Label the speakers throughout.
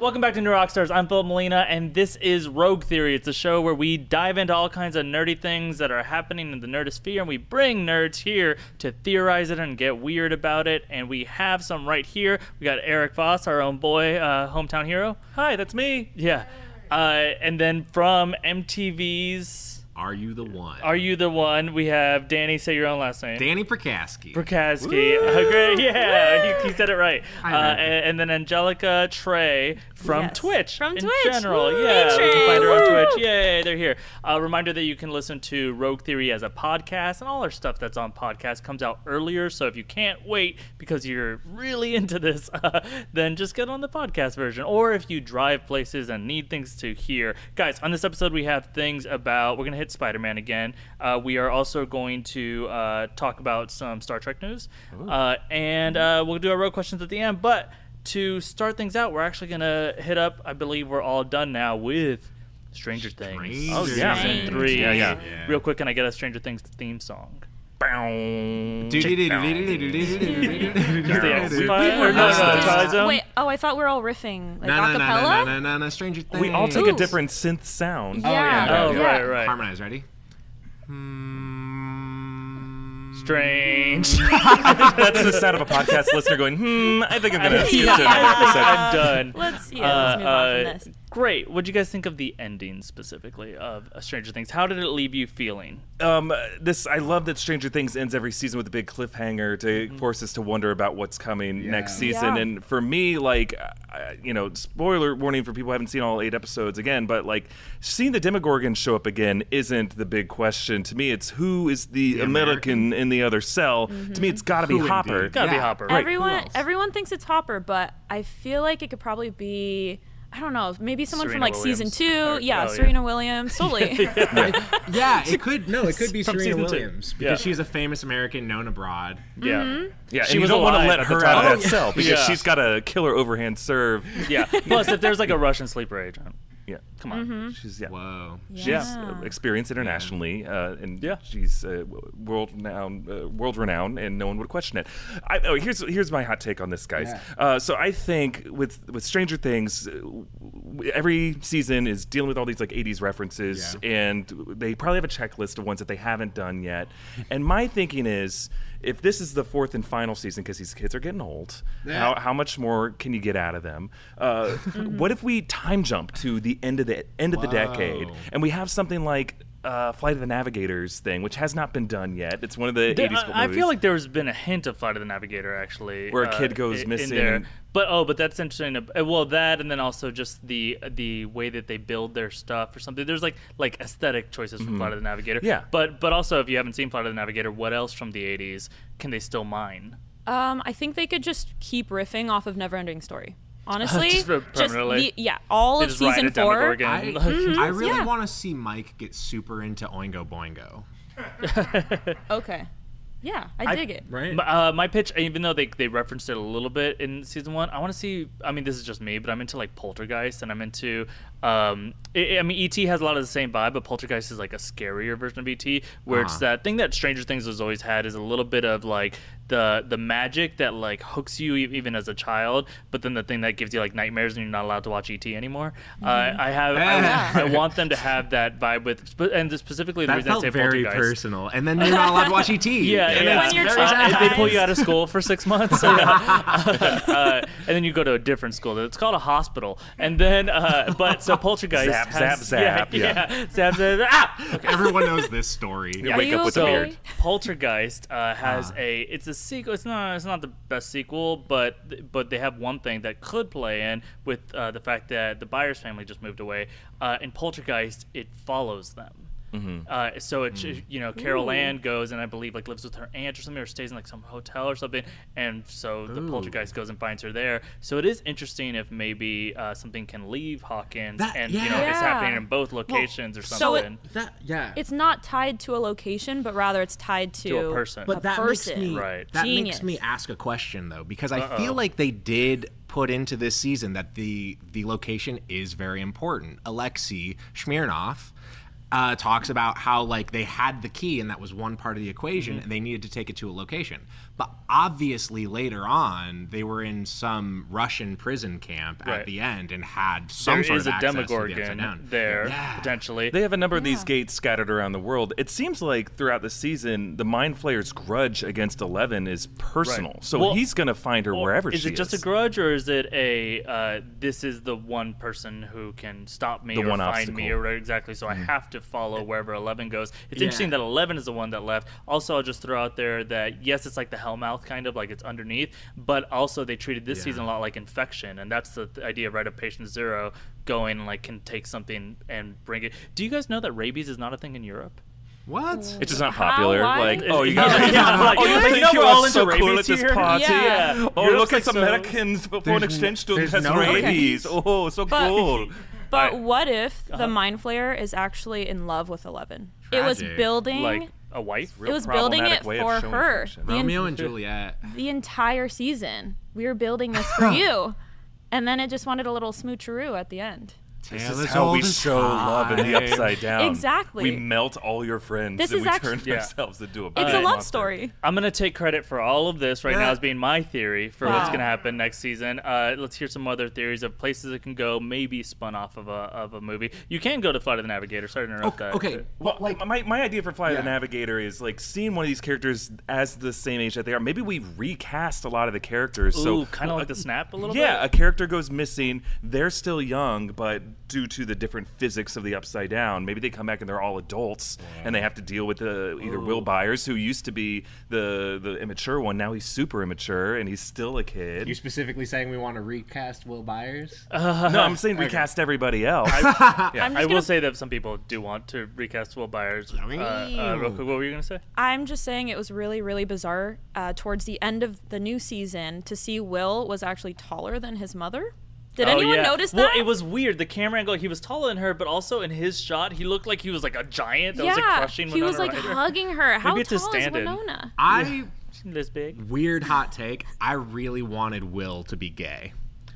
Speaker 1: Welcome back to New Rockstars. I'm Philip Molina, and this is Rogue Theory. It's a show where we dive into all kinds of nerdy things that are happening in the nerdosphere, and we bring nerds here to theorize it and get weird about it. And we have some right here. We got Eric Voss, our own boy, uh, hometown hero.
Speaker 2: Hi, that's me.
Speaker 1: Yeah. Uh, and then from MTV's
Speaker 3: Are you the one?
Speaker 1: Are You the One, we have Danny, say your own last name.
Speaker 3: Danny Prakaski.
Speaker 1: Prakaski. Uh, great. Yeah, he, he said it right. Uh,
Speaker 3: I know.
Speaker 1: and, and then Angelica Trey from
Speaker 2: Yes.
Speaker 1: Twitch.
Speaker 2: From
Speaker 1: in
Speaker 2: Twitch.
Speaker 1: general.
Speaker 2: Woo.
Speaker 1: Yeah,
Speaker 2: Hey,
Speaker 1: you can
Speaker 2: Trey.
Speaker 1: find her on
Speaker 2: Woo.
Speaker 1: Twitch. Yay, they're here. A reminder that you can listen to Rogue Theory as a podcast, and all our stuff that's on podcast comes out earlier. So if you can't wait because you're really into this, uh, then just get on the podcast version. Or if you drive places and need things to hear, guys, on this episode we have things about. We're gonna hit Spider Man again. Uh, we are also going to uh, talk about some Star Trek news, uh, and uh, we'll do our road questions at the end. But to start things out, we're actually gonna hit up. I believe we're all done now with Stranger Things.
Speaker 3: Stranger
Speaker 1: oh yeah,
Speaker 2: Things.
Speaker 1: three. Yeah, yeah.
Speaker 3: Yeah.
Speaker 1: Real quick, can I get a Stranger Things theme song? Or no, no,
Speaker 2: Uh,
Speaker 1: Twilight Zone.
Speaker 4: Wait, oh, I thought we're all riffing like
Speaker 3: Na na na na
Speaker 4: acapella.
Speaker 3: na na na Stranger Things.
Speaker 2: We all took
Speaker 4: Ooh.
Speaker 2: a different synth sound.
Speaker 4: Oh, yeah.
Speaker 1: Oh
Speaker 4: Yeah.
Speaker 1: right, right.
Speaker 3: Harmonize. Ready? Mm.
Speaker 1: Strange.
Speaker 2: That's the sound of a podcast listener going, hmm, I think I'm going to skip
Speaker 1: yeah,
Speaker 2: to another
Speaker 1: I think
Speaker 2: episode.
Speaker 1: I'm done.
Speaker 4: Let's yeah, let's move on
Speaker 1: Uh,
Speaker 4: from
Speaker 1: uh,
Speaker 4: this.
Speaker 1: Great. What would you guys think of the ending specifically of uh, Stranger Things? How did it leave you feeling?
Speaker 2: Um, this I love that Stranger Things ends every season with a big cliffhanger to force us to wonder about what's coming next season.
Speaker 4: Mm-hmm. Yeah.
Speaker 2: And for me, like, I, you know, spoiler warning for people who haven't seen all eight episodes again, but like, seeing the Demogorgon show up again isn't the big question to me. It's who is the, American, in the other cell.
Speaker 4: Mm-hmm.
Speaker 2: To me, it's got to be
Speaker 3: Who
Speaker 2: Hopper.
Speaker 3: indeed?
Speaker 1: Gotta be
Speaker 3: Yeah.
Speaker 1: Hopper.
Speaker 2: Right.
Speaker 4: everyone
Speaker 3: else?
Speaker 4: everyone thinks it's Hopper, but I feel like it could probably be I don't know, maybe someone
Speaker 1: Serena
Speaker 4: from like season
Speaker 1: Williams.
Speaker 4: two.
Speaker 1: Or-
Speaker 4: yeah,
Speaker 1: oh, yeah.
Speaker 4: Serena Williams. Totally.
Speaker 3: Yeah, it could. No, it could be
Speaker 1: From
Speaker 3: Serena
Speaker 1: season two.
Speaker 3: Williams
Speaker 1: Yeah.
Speaker 3: because she's a famous American known abroad.
Speaker 1: Yeah.
Speaker 2: Yeah,
Speaker 1: She
Speaker 2: and
Speaker 1: was
Speaker 2: you don't want to
Speaker 1: alive
Speaker 2: let
Speaker 1: at the
Speaker 2: her out
Speaker 1: time. Oh,
Speaker 2: of that cell because
Speaker 1: Yeah.
Speaker 2: she's got a killer overhand serve.
Speaker 1: Yeah. Plus, if there's like a Russian sleeper agent,
Speaker 2: Yeah,
Speaker 1: come on.
Speaker 2: she's yeah.
Speaker 3: Whoa.
Speaker 2: She's uh, experienced internationally, uh, and
Speaker 1: Yeah.
Speaker 2: she's uh, w- world renowned, uh, world renowned, and no one would question it. I, oh, here's here's my hot take on this, guys. Uh, so I think with with Stranger Things, uh, w- w- every season is dealing with all these like '80s references,
Speaker 3: Yeah.
Speaker 2: and they probably have a checklist of ones that they haven't done yet. and my thinking is, if this is the fourth and final season, because these kids are getting old, how, how much more can you get out of them? Uh, What if we time jump to the end of the end of the decade?
Speaker 3: Wow.
Speaker 2: And we have something like uh, Flight of the Navigators thing, which has not been done yet. It's one of the
Speaker 1: There-
Speaker 2: 80s cult
Speaker 1: I, I
Speaker 2: movies.
Speaker 1: feel like there's been a hint of Flight of the Navigator actually, uh,
Speaker 2: Where a kid goes
Speaker 1: i- in
Speaker 2: missing
Speaker 1: there.
Speaker 2: and-
Speaker 1: But oh, but that's interesting. Uh, Well, that and then also just the the way that they build their stuff or something. There's like like aesthetic choices from Flight of the Navigator.
Speaker 2: Mm-hmm. Yeah.
Speaker 1: But but also if you haven't seen Flight of the Navigator, what else from the '80s can they still mine?
Speaker 4: Um, I think they could just keep riffing off of Neverending Story. Honestly,
Speaker 1: Just for- permanently.
Speaker 4: the, yeah, all
Speaker 1: They
Speaker 4: of
Speaker 1: just ride
Speaker 4: season
Speaker 1: it down the
Speaker 4: four. Hmm?
Speaker 1: Gorgon.
Speaker 3: I,
Speaker 1: Mhm.
Speaker 3: I really
Speaker 4: Yeah.
Speaker 3: want to see Mike get super into Oingo Boingo.
Speaker 4: Okay, yeah, I, dig it.
Speaker 3: Right?
Speaker 1: M- Uh, my pitch, even though they, they referenced it a little bit in season one, I want to see. I mean, this is just me, but I'm into like Poltergeist, and I'm into. Um, I I mean, ET has a lot of the same vibe, but Poltergeist is like a scarier version of ET, where it's
Speaker 3: Uh-huh.
Speaker 1: that thing that Stranger Things has always had is a little bit of like the the magic that like hooks you e- even as a child, but then the thing that gives you like nightmares and you're not allowed to watch ET anymore. Uh, I have. I, I want them to have that vibe with, spe- and specifically the
Speaker 3: That
Speaker 1: reason I
Speaker 3: felt
Speaker 1: say
Speaker 3: very
Speaker 1: Poltergeist.
Speaker 3: personal. And then you're not allowed to watch ET.
Speaker 1: Yeah,
Speaker 3: And
Speaker 1: yeah.
Speaker 4: When
Speaker 3: it's
Speaker 4: you're
Speaker 3: very
Speaker 4: child.
Speaker 1: Uh,
Speaker 3: sad.
Speaker 1: they pull you out of school for six months, Yeah. uh, and then you go to a different school. It's called a hospital, and then uh, but so poltergeist
Speaker 2: Zap,
Speaker 1: has-
Speaker 2: zap, zap,
Speaker 1: yeah,
Speaker 2: yeah.
Speaker 1: yeah, zap, zap, zap. Ah!
Speaker 3: Everyone knows this story.
Speaker 2: You wake
Speaker 4: you
Speaker 2: up with a
Speaker 1: so,
Speaker 2: beard.
Speaker 1: Poltergeist uh, has
Speaker 4: Ah.
Speaker 1: a it's a sequel. It's not it's not the best sequel, but but they have one thing that could play in with uh, the fact that the buyer's family just moved away. Uh, in Poltergeist, it follows them.
Speaker 2: Mm-hmm.
Speaker 1: Uh, so it
Speaker 4: Mm.
Speaker 1: you know Carol Ann goes and I believe like lives with her aunt or something or stays in like some hotel or something, and so the poltergeist goes and finds her there. So it is interesting if maybe uh, something can leave Hawkins
Speaker 3: That-
Speaker 1: and you
Speaker 3: yeah.
Speaker 1: know it's
Speaker 4: Yeah.
Speaker 1: happening in both locations or
Speaker 4: so it-
Speaker 1: something.
Speaker 3: That, yeah.
Speaker 4: It's not tied to a location, but rather it's tied to,
Speaker 1: To a person.
Speaker 4: a
Speaker 3: But that
Speaker 4: person.
Speaker 3: makes me
Speaker 1: Right.
Speaker 3: that
Speaker 4: Genius.
Speaker 3: makes me ask a question though, because I feel like they did put into this season that the the location is very important. Alexei Smirnov. uh, talks about how like they had the key and that was one part of the equation
Speaker 1: Mm-hmm.
Speaker 3: and they needed to take it to a location. But obviously later on they were in some Russian prison camp
Speaker 1: Right.
Speaker 3: at the end and had some
Speaker 1: There
Speaker 3: sort
Speaker 1: is
Speaker 3: of
Speaker 1: a
Speaker 3: access to the upside
Speaker 1: Demogorgon
Speaker 3: down.
Speaker 1: there
Speaker 3: Yeah.
Speaker 1: potentially.
Speaker 2: They have a number of these
Speaker 4: Yeah.
Speaker 2: gates scattered around the world. It seems like throughout the season, the Mind Flayer's grudge against Eleven is personal.
Speaker 1: Right.
Speaker 2: So
Speaker 1: Well-
Speaker 2: he's going to find her
Speaker 1: Or
Speaker 2: wherever
Speaker 1: is
Speaker 2: she
Speaker 1: it just
Speaker 2: is.
Speaker 1: a grudge or is it a uh, this is the one person who can stop me
Speaker 2: The
Speaker 1: or
Speaker 2: one
Speaker 1: find me
Speaker 2: obstacle.
Speaker 1: or whatever- exactly so
Speaker 3: Mm-hmm.
Speaker 1: i have to follow wherever 11 goes it's interesting that 11 is the one that left also i'll just throw out there that yes it's like the hellmouth kind of like it's underneath but also they treated this season a lot like infection and that's the th- idea right of patient zero going and like can take something and bring it do you guys know that rabies is not a thing in europe
Speaker 3: What?
Speaker 2: It's just not
Speaker 4: How?
Speaker 2: popular.
Speaker 4: Why?
Speaker 2: Like,
Speaker 4: It's-
Speaker 2: oh, you
Speaker 1: it's
Speaker 2: guys,
Speaker 1: not- it's
Speaker 2: yeah,
Speaker 1: not popular.
Speaker 2: oh, you
Speaker 1: It's
Speaker 2: think
Speaker 1: like,
Speaker 2: you
Speaker 1: we're
Speaker 2: are
Speaker 1: all into
Speaker 2: so cool
Speaker 1: rabies
Speaker 2: at this
Speaker 1: here?
Speaker 2: party?
Speaker 4: Yeah.
Speaker 2: Oh,
Speaker 1: Europe's
Speaker 2: look
Speaker 1: like
Speaker 2: at some
Speaker 1: so-
Speaker 2: Americans but
Speaker 3: There's
Speaker 2: foreign
Speaker 3: n-
Speaker 2: exchange student
Speaker 3: there's
Speaker 2: has
Speaker 3: no
Speaker 2: rabies. Oh, so
Speaker 4: But-
Speaker 2: cool.
Speaker 1: All
Speaker 4: But
Speaker 1: right.
Speaker 4: what if
Speaker 1: Uh-huh.
Speaker 4: the Mind Flayer is actually in love with Eleven? It was
Speaker 3: Tragic.
Speaker 4: building.
Speaker 1: like a wife
Speaker 4: it was building it
Speaker 2: problematic way of
Speaker 4: for
Speaker 2: showing
Speaker 4: her.
Speaker 2: affection.
Speaker 4: The en-
Speaker 3: Romeo and Juliet.
Speaker 4: the entire season. We were building this for you. And then it just wanted a little smoocheroo at the end.
Speaker 2: This
Speaker 3: Tale
Speaker 2: is
Speaker 3: as
Speaker 2: how we
Speaker 3: old as
Speaker 2: show love in the
Speaker 3: time.
Speaker 2: upside down.
Speaker 4: Exactly.
Speaker 2: We melt all your friends
Speaker 4: This
Speaker 2: and
Speaker 4: is
Speaker 2: we
Speaker 4: actu-
Speaker 2: turn
Speaker 1: Yeah.
Speaker 2: ourselves into a
Speaker 4: It's a
Speaker 2: big
Speaker 4: love
Speaker 2: monster.
Speaker 4: story.
Speaker 1: I'm gonna take credit for all of this right now
Speaker 3: Yeah.
Speaker 1: as being my theory for what's
Speaker 4: Wow.
Speaker 1: gonna happen next season. Uh, let's hear some other theories of places it can go, maybe spun off of a of a movie. You can go to Flight of the Navigator. Sorry to interrupt that.
Speaker 3: Okay.
Speaker 2: Well, like my, my idea for Fly of the
Speaker 3: Yeah.
Speaker 2: Navigator is like seeing one of these characters as the same age that they are. Maybe we recast a lot of the characters.
Speaker 1: Ooh,
Speaker 2: so
Speaker 3: uh,
Speaker 1: kind of like the snap a little
Speaker 2: yeah, a
Speaker 1: bit.
Speaker 2: character goes missing. They're still young, but due to the different physics of the Upside Down, maybe they come back and they're all adults, and they have to deal with the either Will Byers, who used to be the the immature one, now he's super immature and he's still a kid.
Speaker 5: You specifically saying we want to recast Will Byers?
Speaker 2: no, I'm saying recast everybody else.
Speaker 4: I'm just
Speaker 1: I
Speaker 4: gonna-
Speaker 1: will say that some people do want to recast Will Byers. Uh, uh, real quick, what were you gonna say?
Speaker 4: I'm just saying it was really, really bizarre uh, towards the end of the new season to see Will was actually taller than his mother. Did anyone
Speaker 1: oh, yeah.
Speaker 4: notice
Speaker 1: well,
Speaker 4: that?
Speaker 1: it was weird. The camera angle, he was taller than her, but also in his shot, he looked like he was like a giant that
Speaker 4: yeah,
Speaker 1: was like crushing
Speaker 4: he was like
Speaker 1: Winona Ryder.
Speaker 4: hugging her. How
Speaker 1: Maybe it's a
Speaker 4: tall is
Speaker 1: stand-in.
Speaker 4: Winona?
Speaker 3: I
Speaker 1: this big.
Speaker 3: weird hot take. I really wanted Will to be gay,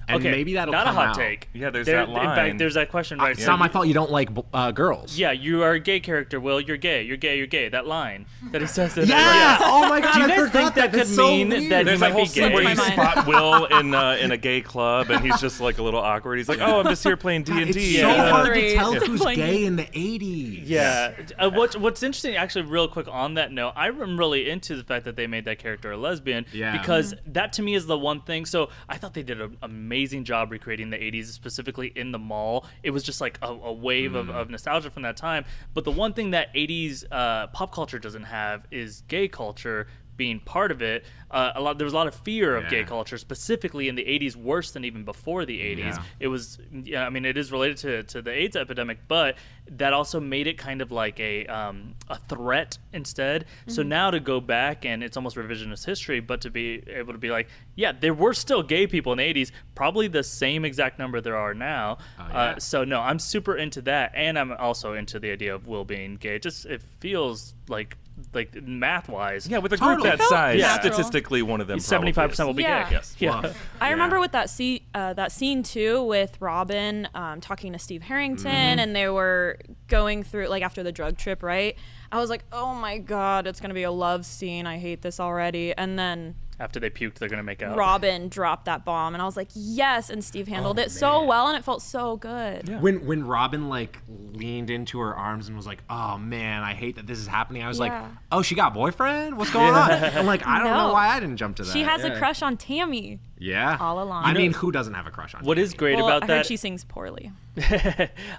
Speaker 3: and
Speaker 1: okay,
Speaker 3: maybe that'll
Speaker 1: not
Speaker 3: come
Speaker 1: a hot
Speaker 3: out.
Speaker 1: take.
Speaker 2: Yeah, there's
Speaker 1: There-
Speaker 2: that
Speaker 1: In
Speaker 2: line.
Speaker 1: fact, there's that question right.
Speaker 3: It's
Speaker 1: so
Speaker 3: not my
Speaker 1: you-
Speaker 3: fault you don't like uh, girls.
Speaker 1: Yeah, you are a gay character, Will. You're gay. You're gay. You're gay. That line that he says. That
Speaker 3: Oh my god!
Speaker 1: Do you
Speaker 3: I
Speaker 1: guys
Speaker 3: forgot
Speaker 1: think that could
Speaker 3: That's so
Speaker 1: mean
Speaker 3: weird.
Speaker 1: that-
Speaker 2: There's
Speaker 1: might
Speaker 2: a whole
Speaker 1: be
Speaker 2: scene
Speaker 1: gay.
Speaker 2: where you
Speaker 4: Slipped my
Speaker 2: spot Will in uh, in a gay club, and he's just like a little awkward. He's like, "Oh, I'm just here playing D and uh,
Speaker 3: It's
Speaker 2: D."
Speaker 3: so
Speaker 1: Yeah.
Speaker 3: hard to
Speaker 4: Three.
Speaker 3: tell
Speaker 4: Yeah.
Speaker 3: who's
Speaker 4: Like-
Speaker 3: gay in the '80s.
Speaker 1: Yeah. Uh, what's What's interesting, actually, real quick on that note, I'm really into the fact that they made that character a lesbian.
Speaker 3: Yeah.
Speaker 1: Because that to me is the one thing. So I thought they did an amazing job recreating the 80s, specifically in the mall. It was just like a, a wave
Speaker 3: Mm.
Speaker 1: of, of nostalgia from that time. But the one thing that 80s uh, pop culture doesn't have is gay culture. Being part of it, uh, a lot there was a lot of fear of gay
Speaker 3: Yeah.
Speaker 1: culture, specifically in the '80s, worse than even before the '80s
Speaker 3: Yeah.
Speaker 1: it was yeah i mean it is related to, to the aids epidemic but that also made it kind of like a um, a threat instead so now to go back and it's almost revisionist history but to be able to be like yeah there were still gay people in the 80s probably the same exact number there are now uh,
Speaker 3: yeah.
Speaker 1: so no i'm super into that and i'm also into the idea of will being gay It just it feels like like math wise
Speaker 2: Yeah, with a group
Speaker 3: Totally.
Speaker 2: that
Speaker 3: Felt
Speaker 2: size,
Speaker 1: natural.
Speaker 2: statistically, one of them. probably
Speaker 1: 75% will
Speaker 2: is.
Speaker 1: be
Speaker 4: Yeah.
Speaker 1: gay
Speaker 4: Yes.
Speaker 1: yeah
Speaker 3: Well,
Speaker 4: I
Speaker 3: yeah.
Speaker 4: remember with that scene, uh, that scene too, with Robin um, talking to Steve Harrington, and they were going through like after the drug trip, right? I was like, oh my god, it's gonna be a love scene. I hate this already. And then
Speaker 1: after they puked they're gonna make out
Speaker 4: Robin dropped that bomb, and I was like, yes. And Steve handled it so well, and it felt so good.
Speaker 2: Yeah.
Speaker 3: When when Robin like leaned into her arms and was like, "Oh man, I hate that this is happening." I was like,
Speaker 4: Yeah.
Speaker 3: "Oh, she got boyfriend? What's going on?" I'm like, I don't
Speaker 4: No.
Speaker 3: know why I didn't jump to that.
Speaker 4: She has a
Speaker 5: yeah.
Speaker 4: crush on Tammy.
Speaker 3: yeah,
Speaker 4: all along.
Speaker 3: I
Speaker 4: You know-
Speaker 3: mean, who doesn't have a crush on?
Speaker 1: what is
Speaker 3: Tammy?
Speaker 1: great
Speaker 4: well,
Speaker 1: about
Speaker 4: I heard
Speaker 1: that
Speaker 4: she sings poorly.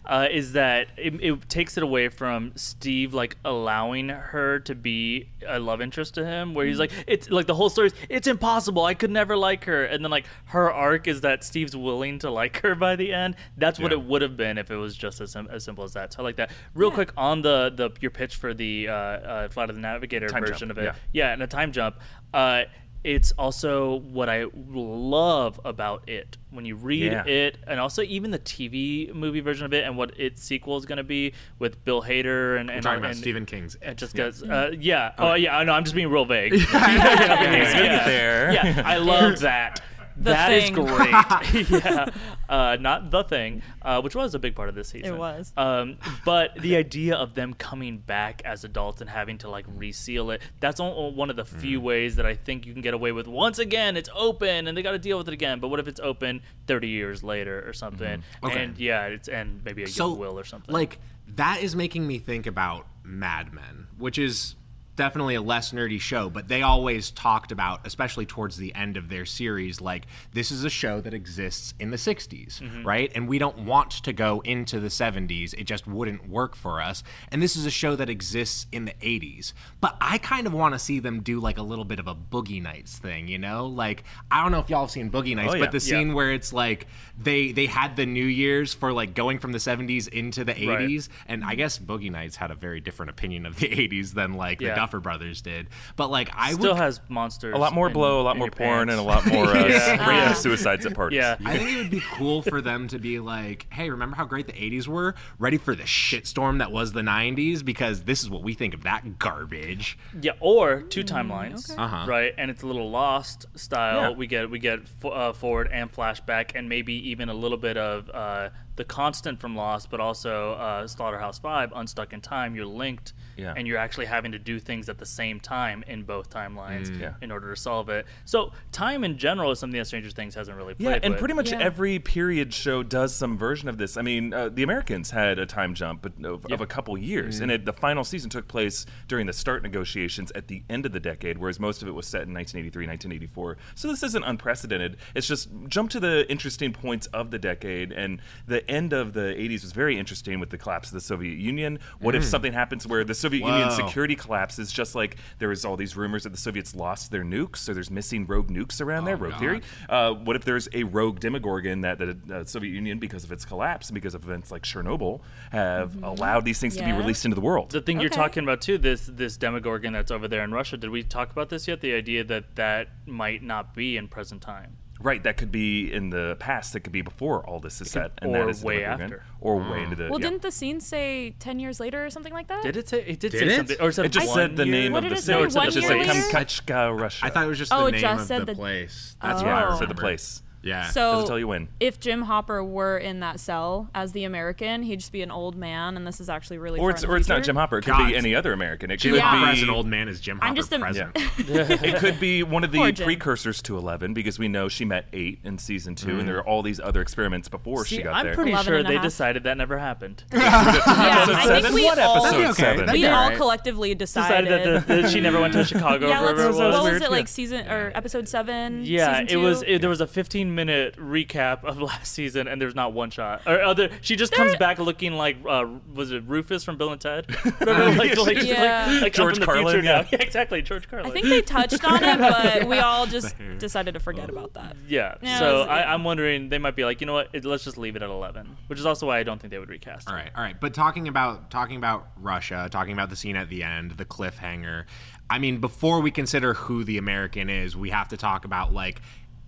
Speaker 1: uh, is that it, it takes it away from Steve like allowing her to be a love interest to him, where he's
Speaker 4: Mm.
Speaker 1: like, it's like the whole story is it's impossible. I could never like her, and then like her arc is that Steve's willing to like her by the end. That's what
Speaker 3: Yeah.
Speaker 1: it would have been if it was just as, sim- as simple as that. So I like that. Real quick on the the your pitch for the uh, uh, Flight of the Navigator
Speaker 2: Time
Speaker 1: version
Speaker 2: jump,
Speaker 1: of it
Speaker 2: yeah.
Speaker 1: yeah and a time jump uh it's also what i love about it when you read
Speaker 2: Yeah.
Speaker 1: it and also even the tv movie version of it and what its sequel is going to be with bill hader and, and,
Speaker 3: We're talking about
Speaker 1: and-
Speaker 3: Stephen King's.
Speaker 1: and just because, uh, yeah, oh yeah, I know. I'm just being real vague.
Speaker 3: Yeah,
Speaker 1: yeah,
Speaker 2: it's gonna be there.
Speaker 1: yeah, I love that.
Speaker 4: The
Speaker 1: That is
Speaker 4: Thing.
Speaker 1: great. yeah, uh, not the thing, uh, which was a big part of this season.
Speaker 4: was.
Speaker 1: Um, but the idea of them coming back as adults and having to like reseal it—that's one of the
Speaker 2: Mm.
Speaker 1: few ways that I think you can get away with. Once again, it's open, and they got to deal with it again. But what if it's open 30 years later or something?
Speaker 2: Mm-hmm.
Speaker 3: Okay.
Speaker 1: And yeah, it's and maybe a
Speaker 3: so
Speaker 1: young will or something.
Speaker 3: Like that is making me think about Mad Men, which is definitely a less nerdy show, but they always talked about, especially towards the end of their series, like this is a show that exists in the 60s, right? And we don't want to go into the 70s. It just wouldn't work for us. And this is a show that exists in the 80s. But I kind of want to see them do like a little bit of a Boogie Nights thing, you know? Like I don't know if y'all have seen Boogie Nights,
Speaker 2: Oh,
Speaker 3: but
Speaker 2: yeah.
Speaker 3: the
Speaker 1: Yeah.
Speaker 3: scene where it's like they they had the New Year's for like going from the 70s into the 80s,
Speaker 1: Right.
Speaker 3: and I guess Boogie Nights had a very different opinion of the 80s than like
Speaker 1: Yeah.
Speaker 3: the Duffer Brothers did. But like I
Speaker 1: still
Speaker 3: would,
Speaker 1: has monsters.
Speaker 2: A lot more
Speaker 1: in-
Speaker 2: blow, a lot
Speaker 1: in
Speaker 2: more
Speaker 1: your
Speaker 2: porn,
Speaker 1: pants.
Speaker 2: and a lot more uh,
Speaker 1: Yeah.
Speaker 2: random
Speaker 1: Yeah.
Speaker 2: suicides at parties.
Speaker 1: Yeah.
Speaker 3: I think it would be cool for them to be like, hey, remember how great the 80s were? Ready for the shitstorm that was the 90s because this is what we think of that garbage.
Speaker 1: Yeah, or two timelines,
Speaker 3: Uh-huh.
Speaker 1: right? And it's a little lost style.
Speaker 2: Yeah.
Speaker 1: We get we get f- uh, forward and flashback, and maybe even a little bit of uh, the constant from Lost, but also uh, Slaughterhouse Five, Unstuck in Time. You're linked,
Speaker 2: Yeah.
Speaker 1: and you're actually having to do things at the same time in both timelines
Speaker 2: Mm, Yeah.
Speaker 1: in order to solve it. So time in general is something that Stranger Things hasn't really played
Speaker 2: Yeah, and
Speaker 1: with.
Speaker 2: pretty much
Speaker 4: Yeah.
Speaker 2: every period show does some version of this. I mean, uh, the Americans had a time jump of, of a couple years, and it, the final season took place during the start negotiations at the end of the decade, whereas most of it was set in 1983, 1984. So this isn't unprecedented. It's just jump to the interesting points of the decade, and the end of the 80s was very interesting with the collapse of the Soviet Union. What if something happens where the Soviet Union
Speaker 3: Wow.
Speaker 2: security security collapses, just like there was all these rumors that the Soviets lost their nukes, so there's missing rogue nukes around
Speaker 1: Oh,
Speaker 2: there. Rogue theory. Uh, what if there's a rogue Demogorgon that the uh, Soviet Union, because of its collapse and because of events like Chernobyl, have allowed these things to be
Speaker 4: Yeah.
Speaker 2: released into the world?
Speaker 1: Mm-hmm. the thing you're
Speaker 4: Okay.
Speaker 1: talking about too this this demogorgon that's over there in Russia. Did we talk about this yet? The idea that that might not be in present time.
Speaker 2: right, that could be in the past. That could be before all this is set, and
Speaker 1: or
Speaker 2: that is the
Speaker 1: way
Speaker 2: Demogorgon,
Speaker 1: after.
Speaker 2: or way into the.
Speaker 4: Well,
Speaker 2: yeah.
Speaker 4: didn't the scene say 10 years later or something like that?
Speaker 1: Did it say it did,
Speaker 3: Did
Speaker 1: say
Speaker 3: it?
Speaker 1: something? Or it said
Speaker 2: it just
Speaker 1: one
Speaker 2: said the
Speaker 1: year?
Speaker 2: name
Speaker 4: What
Speaker 2: of
Speaker 4: did
Speaker 2: the
Speaker 4: it say?
Speaker 2: city.
Speaker 1: One
Speaker 2: just
Speaker 1: year
Speaker 2: said
Speaker 1: later?
Speaker 2: Kamchatka, Russia.
Speaker 3: I thought it was just
Speaker 4: Oh,
Speaker 3: the
Speaker 4: it
Speaker 3: name
Speaker 4: just
Speaker 3: of
Speaker 4: said
Speaker 3: the,
Speaker 4: the-
Speaker 3: place. That's
Speaker 4: Oh.
Speaker 3: why I
Speaker 2: yeah, it
Speaker 3: remember.
Speaker 2: said the place.
Speaker 3: Yeah.
Speaker 4: So
Speaker 2: Doesn't tell you when.
Speaker 4: If Jim Hopper were in that cell as the American, he'd just be an old man, and this is actually really. far
Speaker 2: Or it's,
Speaker 4: in the
Speaker 2: or it's not
Speaker 4: future.
Speaker 2: Jim Hopper. It could
Speaker 3: God.
Speaker 2: be any other American. It could
Speaker 3: Jim
Speaker 4: Yeah.
Speaker 3: Hopper
Speaker 2: be
Speaker 3: as an old man is Jim Hopper
Speaker 4: I'm just a-
Speaker 3: present.
Speaker 2: Yeah. it could be one of the
Speaker 4: Poor Jen.
Speaker 2: precursors to 11 because we know she met 8 in season 2
Speaker 1: Mm.
Speaker 2: and there are all these other experiments before
Speaker 1: See,
Speaker 2: she got
Speaker 1: I'm
Speaker 2: there.
Speaker 1: pretty
Speaker 4: 11
Speaker 1: sure
Speaker 4: and a
Speaker 1: they
Speaker 4: half.
Speaker 1: decided that never happened.
Speaker 4: Yeah, I think
Speaker 2: Seven?
Speaker 4: we
Speaker 2: what
Speaker 4: all
Speaker 2: episode
Speaker 3: That'd be okay.
Speaker 2: 7?
Speaker 3: That'd
Speaker 4: we
Speaker 3: be
Speaker 4: all
Speaker 3: alright.
Speaker 4: collectively decided.
Speaker 1: decided that, the, that she never went to Chicago.
Speaker 4: yeah,
Speaker 1: or
Speaker 4: let's,
Speaker 1: wherever it was.
Speaker 4: what was
Speaker 2: Weird,
Speaker 4: it like?
Speaker 2: yeah.
Speaker 4: Season or episode seven?
Speaker 1: Yeah,
Speaker 4: season
Speaker 1: it was.
Speaker 4: two?
Speaker 1: It, there was a 15 minute recap of last season, and there's not one shot or other. She just comes back looking like uh, was it Rufus from Bill and Ted? Remember, like, like, just
Speaker 4: Yeah.
Speaker 1: like, like I'm
Speaker 2: George
Speaker 1: from the
Speaker 2: Carlin,
Speaker 1: future now.
Speaker 2: yeah.
Speaker 1: Yeah, exactly, George Carlin.
Speaker 4: I think they touched on it, but we all just decided to forget about that.
Speaker 1: yeah.
Speaker 4: Yeah, it
Speaker 1: so
Speaker 4: was-
Speaker 1: I, I'm wondering they might be like, you know what? It, let's just leave it at 11, which is also why I don't think they would recast. it.
Speaker 3: All right, all right. But talking about talking about Russia, talking about the scene at the end, the cliffhanger. I mean, before we consider who the American is, we have to talk about like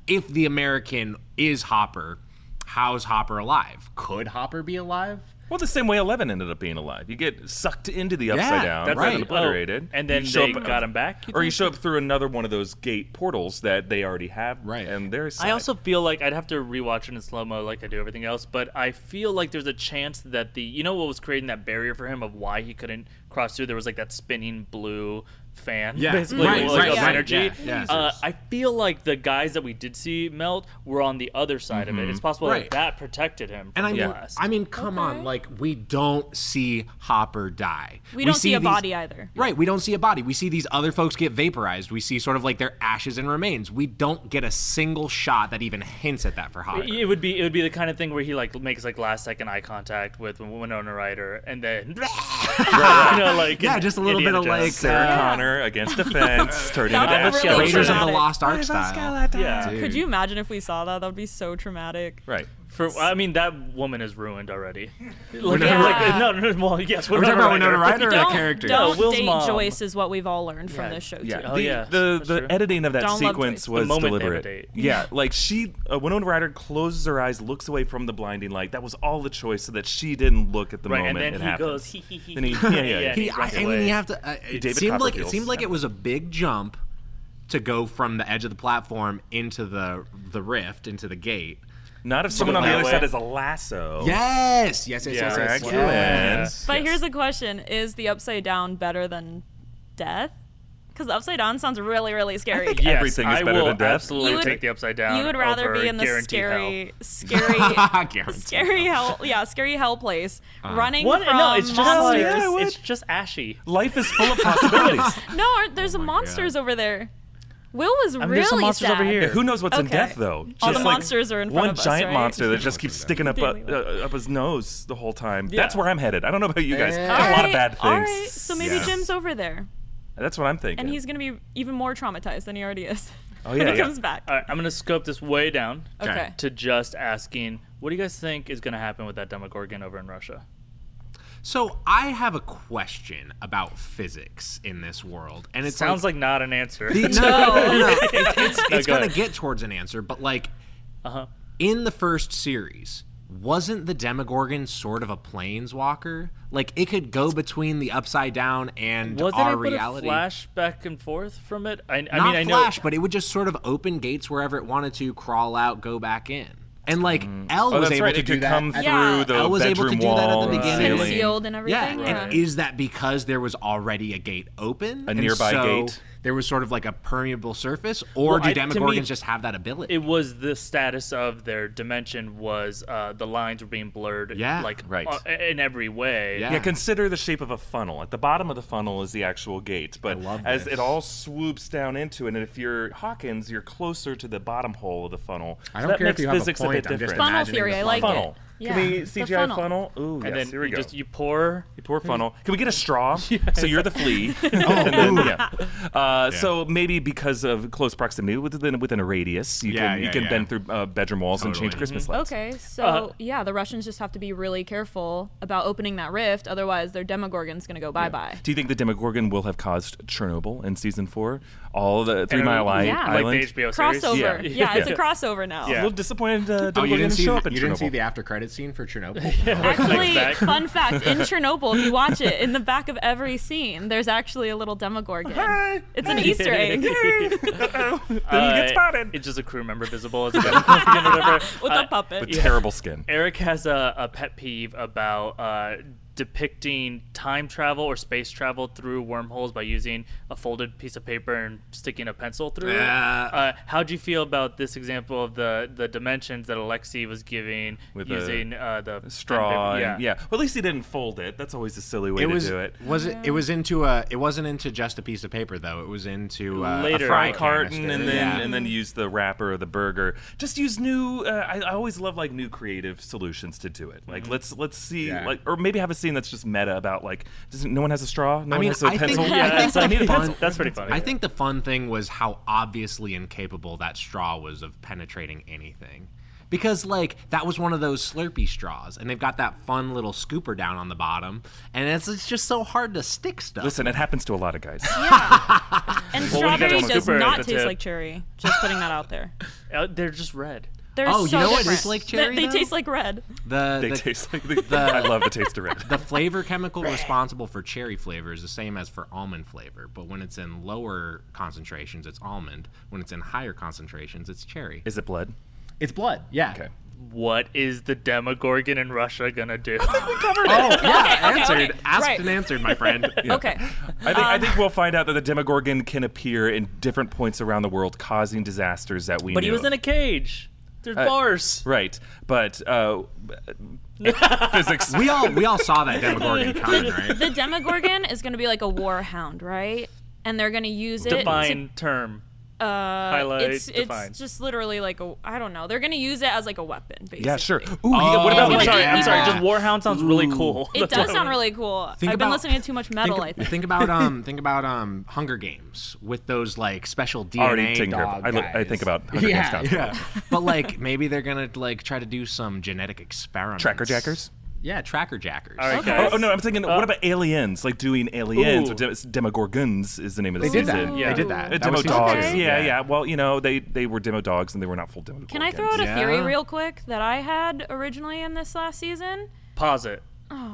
Speaker 3: if the American is Hopper, how's Hopper alive? Could Hopper be alive?
Speaker 2: Well, the same way 11 ended up being alive. You get sucked into the upside down
Speaker 3: that's
Speaker 2: right.
Speaker 3: right.
Speaker 2: and obliterated.
Speaker 1: Oh, and then
Speaker 2: you show
Speaker 1: they got him back, you
Speaker 2: or you
Speaker 1: think?
Speaker 2: show up through another one of those gate portals that they already have.
Speaker 3: Right.
Speaker 2: And there's.
Speaker 1: I also feel like I'd have to rewatch it in slow mo, like I do everything else. But I feel like there's a chance that the you know what was creating that barrier for him of why he couldn't cross through. There was like that spinning blue fan,
Speaker 3: Yeah.
Speaker 1: basically,
Speaker 3: Right,
Speaker 1: like,
Speaker 4: right,
Speaker 1: of
Speaker 4: yeah.
Speaker 1: energy.
Speaker 3: Yeah, yeah.
Speaker 1: Uh, I feel like the guys that we did see melt were on the other side of it.
Speaker 2: Mm-hmm.
Speaker 1: It's possible that
Speaker 3: Right.
Speaker 1: that protected him from
Speaker 3: And I
Speaker 1: the
Speaker 3: mean,
Speaker 1: blast.
Speaker 3: I mean, come on! Like we don't see Hopper die.
Speaker 4: We don't see, a
Speaker 3: these-
Speaker 4: body either.
Speaker 3: Right, we don't see a body. We see these other folks get vaporized. We see sort of like their ashes and remains. We don't get a single shot that even hints at that for Hopper.
Speaker 1: It would be it would be the kind of thing where he like makes like last second eye contact with Winona Ryder, and then you know like
Speaker 3: Yeah,
Speaker 1: in
Speaker 3: just a little
Speaker 1: Indiana
Speaker 3: bit of,
Speaker 1: Jones.
Speaker 3: like,
Speaker 2: Sarah Connor against a fence, turning
Speaker 4: That
Speaker 2: it
Speaker 4: would
Speaker 2: out.
Speaker 1: really Raiders of
Speaker 3: Raiders
Speaker 1: the
Speaker 3: of the
Speaker 4: dramatic.
Speaker 3: Lost Ark style.
Speaker 1: Yeah. Dude.
Speaker 4: Could you imagine if we saw that? That would be so traumatic.
Speaker 2: Right.
Speaker 1: For I mean, that woman is ruined already. Like,
Speaker 3: Yeah.
Speaker 1: like, no, no, no, well, yes, we're
Speaker 3: We're talking about Winona Ryder or the
Speaker 4: Don't,
Speaker 3: character?
Speaker 4: don't
Speaker 1: Yeah, Will's
Speaker 4: date
Speaker 1: mom.
Speaker 4: Joyce is what we've all learned from this show too.
Speaker 2: Yeah,
Speaker 1: Oh,
Speaker 2: the,
Speaker 1: yeah.
Speaker 2: the,
Speaker 1: That's
Speaker 2: the
Speaker 1: true.
Speaker 2: editing of that
Speaker 4: Don't love
Speaker 2: sequence
Speaker 4: Joyce.
Speaker 2: was
Speaker 1: The moment they have
Speaker 2: deliberate.
Speaker 1: a date.
Speaker 2: Yeah, like she, uh, Winona Ryder closes her eyes, looks away from the blinding light. That was all the choice, so that she didn't look at the
Speaker 1: Right, and
Speaker 2: moment.
Speaker 1: then
Speaker 2: it
Speaker 1: he
Speaker 2: happened.
Speaker 1: goes, "Hee, hee, hee,
Speaker 2: Then he-
Speaker 1: hee,
Speaker 2: yeah, yeah,
Speaker 1: hee,"
Speaker 2: yeah.
Speaker 1: and he
Speaker 3: He, I,
Speaker 1: runs
Speaker 3: I
Speaker 1: away.
Speaker 3: mean, you have to. Uh, it
Speaker 2: David
Speaker 3: seemed like it
Speaker 2: Copperfield.
Speaker 3: seemed like it was a big jump to go from the edge of the platform into the the rift, into the gate.
Speaker 2: Not if someone on the
Speaker 1: that
Speaker 2: other
Speaker 1: way.
Speaker 2: side is a lasso.
Speaker 3: Yes, yes, yes, yes, yes.
Speaker 2: Excellent.
Speaker 4: But here's the question: Is the upside down better than death? Because upside down sounds really, really scary.
Speaker 1: Yes,
Speaker 2: Everything is
Speaker 1: I
Speaker 2: better
Speaker 1: will
Speaker 2: than death.
Speaker 1: Absolutely,
Speaker 4: You would-
Speaker 1: take the upside down.
Speaker 4: you would rather
Speaker 1: over
Speaker 4: be in the
Speaker 1: guaranteed hell.
Speaker 4: scary, scary,
Speaker 3: Guaranteed
Speaker 4: scary hell. Yeah, scary hell place. running
Speaker 1: Uh, What?
Speaker 4: from
Speaker 1: No, it's just
Speaker 4: monsters.
Speaker 1: like,
Speaker 2: yeah, I would.
Speaker 1: it's just ashy.
Speaker 2: Life is full of possibilities.
Speaker 4: No, or-
Speaker 1: Oh
Speaker 4: there's monsters over there. Will was
Speaker 1: mean,
Speaker 4: really
Speaker 1: there's some monsters
Speaker 4: sad.
Speaker 1: over here.
Speaker 2: Yeah, Who knows what's in
Speaker 4: Okay.
Speaker 2: death though?
Speaker 4: All the monsters are in front
Speaker 2: one
Speaker 4: of us,
Speaker 2: giant
Speaker 4: right?
Speaker 2: monster that just keeps sticking up uh,
Speaker 4: Daily
Speaker 2: uh, up his nose the whole time. That's where I'm headed. I don't know about you guys.
Speaker 5: Yeah.
Speaker 2: Got a lot of
Speaker 4: Alright,
Speaker 2: bad things.
Speaker 4: alright, so maybe
Speaker 3: Yeah.
Speaker 4: Jim's over there,
Speaker 2: That's what I'm thinking.
Speaker 4: and he's gonna be even more traumatized than he already is
Speaker 2: Oh,
Speaker 4: when
Speaker 2: yeah,
Speaker 4: he
Speaker 2: yeah.
Speaker 4: comes back.
Speaker 1: All right, I'm gonna scope this way down
Speaker 4: Okay.
Speaker 3: Okay.
Speaker 1: to just asking, what do you guys think is gonna happen with that Demogorgon over in Russia?
Speaker 3: So I have a question about physics in this world, and it
Speaker 1: Sounds like not an answer.
Speaker 3: no, no, no. It- it's
Speaker 1: No,
Speaker 3: it's
Speaker 1: go ahead.
Speaker 3: gonna
Speaker 1: Uh-huh.
Speaker 3: get towards an answer, but like in the first series, wasn't the Demogorgon sort of a planeswalker? Like it could go between the upside down and
Speaker 1: Wasn't
Speaker 3: our
Speaker 1: it
Speaker 3: reality.
Speaker 1: flash back and forth from it? I, I
Speaker 3: Not
Speaker 1: mean, I know.
Speaker 3: flash, but it would just sort of open gates wherever it wanted to, crawl out, go back in, and like L
Speaker 2: oh,
Speaker 3: was
Speaker 2: that's
Speaker 3: able
Speaker 2: right.
Speaker 3: to
Speaker 2: it
Speaker 3: do
Speaker 2: could
Speaker 3: that.
Speaker 2: come
Speaker 3: at-
Speaker 4: Yeah.
Speaker 2: through the
Speaker 3: I was able
Speaker 2: bedroom
Speaker 3: to do that at the
Speaker 2: wall,
Speaker 3: beginning.
Speaker 2: ceiling.
Speaker 4: Concealed and everything.
Speaker 3: Yeah, and is that because there was already a gate open,
Speaker 2: A
Speaker 3: and
Speaker 2: nearby
Speaker 3: so
Speaker 2: gate?
Speaker 3: There was sort of like a permeable surface, or
Speaker 1: Well,
Speaker 3: do
Speaker 1: I- to me,
Speaker 3: Demogorgons just have that ability?
Speaker 1: It was the status of their dimension was uh, the lines were being blurred.
Speaker 3: Yeah,
Speaker 1: like
Speaker 2: right.
Speaker 1: uh, in every way.
Speaker 3: Yeah.
Speaker 2: Yeah, consider the shape of a funnel. At the bottom of the funnel is the actual gate, but
Speaker 3: love
Speaker 2: as
Speaker 3: this.
Speaker 2: it all swoops down into it, and if you're Hawkins, you're closer to the bottom hole of the funnel.
Speaker 5: I
Speaker 2: So
Speaker 5: don't
Speaker 2: that
Speaker 5: care if
Speaker 2: makes
Speaker 5: you have a
Speaker 2: physics
Speaker 5: point,
Speaker 2: bit
Speaker 5: I'm just
Speaker 2: different.
Speaker 4: funnel
Speaker 5: imagining
Speaker 4: theory.
Speaker 5: the
Speaker 4: I like
Speaker 2: funnel.
Speaker 4: it.
Speaker 2: Can
Speaker 4: Yeah,
Speaker 2: we
Speaker 4: the
Speaker 2: CGI
Speaker 4: funnel.
Speaker 2: Ooh, yes,
Speaker 1: And then
Speaker 2: here we
Speaker 1: you
Speaker 2: go.
Speaker 1: just you pour.
Speaker 2: You poor funnel. Can we get a straw? So you're the flea. And then- yeah. Uh, So maybe because of close proximity within within a radius, you
Speaker 3: Yeah,
Speaker 2: can you
Speaker 3: yeah,
Speaker 2: can
Speaker 3: yeah.
Speaker 2: bend through uh, bedroom walls and change
Speaker 3: Totally.
Speaker 2: Christmas lights.
Speaker 4: Okay, so
Speaker 1: Uh,
Speaker 4: yeah, the Russians just have to be really careful about opening that rift, otherwise their Demogorgon's gonna go bye bye.
Speaker 2: Do you think the Demogorgon will have caused Chernobyl in season four? All the Three
Speaker 1: And
Speaker 2: Mile I-
Speaker 4: yeah. Like
Speaker 1: Like
Speaker 2: Island.
Speaker 1: the HBO series.
Speaker 4: Crossover. Yeah,
Speaker 2: Yeah.
Speaker 4: it's a
Speaker 2: Yeah.
Speaker 4: crossover now.
Speaker 2: A little disappointed uh,
Speaker 3: Oh,
Speaker 2: Demogorgon
Speaker 3: you didn't
Speaker 2: didn't
Speaker 3: see
Speaker 2: show
Speaker 3: the,
Speaker 2: up at
Speaker 3: you
Speaker 2: Chernobyl.
Speaker 3: didn't see the after credit scene for Chernobyl.
Speaker 1: Thanks,
Speaker 4: Actually,
Speaker 1: Zach.
Speaker 4: fun fact in Chernobyl, if you watch it, in the back of every scene, there's actually a little Demogorgon. It's an Easter egg
Speaker 2: Didn't
Speaker 1: Uh,
Speaker 2: get spotted.
Speaker 1: It's just a crew member visible as a Demogorgon or whatever.
Speaker 4: with
Speaker 1: Uh,
Speaker 4: a puppet.
Speaker 2: With terrible skin.
Speaker 1: Eric has a, a pet peeve about uh, depicting time travel or space travel through wormholes by using a folded piece of paper and sticking a pencil through
Speaker 3: Yeah.
Speaker 1: it. Uh, how do you feel about this example of the, the dimensions that Alexei was giving
Speaker 2: With a
Speaker 1: using uh, the
Speaker 2: Straw.
Speaker 1: Yeah.
Speaker 2: and- yeah. Well, at least he didn't fold it. That's always a silly way
Speaker 3: it
Speaker 2: to
Speaker 3: was
Speaker 2: do it.
Speaker 3: was it it was into a it wasn't into just a piece of paper though. It was into uh,
Speaker 1: Later.
Speaker 3: a
Speaker 2: fry
Speaker 3: fry
Speaker 1: Right.
Speaker 2: carton
Speaker 3: canister.
Speaker 2: and then
Speaker 3: Yeah.
Speaker 2: and then use the wrapper or the burger. Just use new. Uh, I, I always love like new creative solutions to do it.
Speaker 3: Mm-hmm.
Speaker 2: Like let's let's see
Speaker 5: Yeah.
Speaker 2: like or maybe have a scene that's just meta about like doesn't no one has a straw? No
Speaker 3: I
Speaker 2: one
Speaker 3: mean,
Speaker 2: has a
Speaker 3: I think,
Speaker 2: pencil.
Speaker 3: I think
Speaker 1: it's like, I
Speaker 3: the
Speaker 1: need a
Speaker 3: fun-
Speaker 1: pencil. That's pretty funny.
Speaker 3: I think the fun thing was how obviously incapable that straw was of penetrating anything. Because like that was one of those Slurpee straws, and they've got that fun little scooper down on the bottom, and it's, it's just so hard to stick stuff.
Speaker 2: Listen, it happens to a lot of guys.
Speaker 4: And
Speaker 1: when you get
Speaker 4: strawberry
Speaker 1: to
Speaker 4: does
Speaker 1: Cooper,
Speaker 4: not
Speaker 1: that's
Speaker 4: taste
Speaker 1: it.
Speaker 4: like cherry. Just putting that out there.
Speaker 1: Uh, they're just red.
Speaker 4: They're
Speaker 3: Oh, you
Speaker 4: so
Speaker 3: know what
Speaker 4: different.
Speaker 3: tastes like
Speaker 4: They-
Speaker 3: cherry,
Speaker 4: They,
Speaker 3: though?
Speaker 4: taste like red.
Speaker 3: the,
Speaker 2: They
Speaker 3: the,
Speaker 2: taste like the, I love the taste of red.
Speaker 3: the flavor chemical responsible for cherry flavor is the same as for almond flavor, but when it's in lower concentrations, it's almond. When it's in higher concentrations, it's cherry.
Speaker 2: Is it blood?
Speaker 5: It's blood. Yeah.
Speaker 2: Okay.
Speaker 1: What is the Demogorgon in Russia gonna do?
Speaker 3: Oh yeah,
Speaker 4: answered.
Speaker 3: asked
Speaker 4: Right.
Speaker 3: and answered, my friend.
Speaker 4: Okay.
Speaker 2: I think, I think we'll find out that the Demogorgon can appear in different points around the world, causing disasters that we
Speaker 1: but
Speaker 2: knew.
Speaker 1: he was in a cage. There's bars.
Speaker 2: right, but uh, physics.
Speaker 3: We all we all saw that Demogorgon coming, right?
Speaker 4: The Demogorgon is going to be like a war hound, right? And they're going to use it
Speaker 1: Define term.
Speaker 4: to uh,
Speaker 1: highlight,
Speaker 4: It's,
Speaker 1: define.
Speaker 4: it's just literally like a I don't know. They're going to use it as like a weapon. Basically.
Speaker 2: Yeah, sure. Ooh, yeah,
Speaker 3: Oh,
Speaker 2: what
Speaker 1: I'm
Speaker 2: about like,
Speaker 1: sorry. I'm sorry.
Speaker 4: Yeah.
Speaker 1: Just Warhound sounds really cool.
Speaker 4: It
Speaker 1: That's
Speaker 4: does
Speaker 1: why-
Speaker 4: sound really cool.
Speaker 3: Think
Speaker 4: I've been
Speaker 3: about-
Speaker 4: listening to too much metal. I think.
Speaker 3: Think about um think about um Hunger Games with those like special DNA
Speaker 2: already tinker.
Speaker 5: dog
Speaker 2: I, look, I
Speaker 5: guys.
Speaker 2: think about Hunger
Speaker 5: Yeah,
Speaker 2: Games constantly.
Speaker 3: Yeah. but like maybe they're gonna like try to do some genetic experiments.
Speaker 2: Tracker jackers.
Speaker 3: Yeah, tracker jackers.
Speaker 1: All right,
Speaker 4: Okay.
Speaker 2: Oh,
Speaker 1: guys.
Speaker 2: oh, no, I'm thinking. what about aliens? Like doing aliens
Speaker 1: Ooh.
Speaker 2: with dem- demogorgons is the name of the
Speaker 3: They did
Speaker 2: season.
Speaker 3: that.
Speaker 1: Yeah.
Speaker 3: They did
Speaker 2: Uh,
Speaker 3: that. That
Speaker 2: demo
Speaker 3: was
Speaker 2: dogs.
Speaker 3: season two.
Speaker 2: Yeah, yeah, Well, you know, they they were demo dogs and they were not full demo.
Speaker 4: Can I throw out a theory
Speaker 3: Yeah.
Speaker 4: real quick that I had originally in this last season?
Speaker 1: Pause it.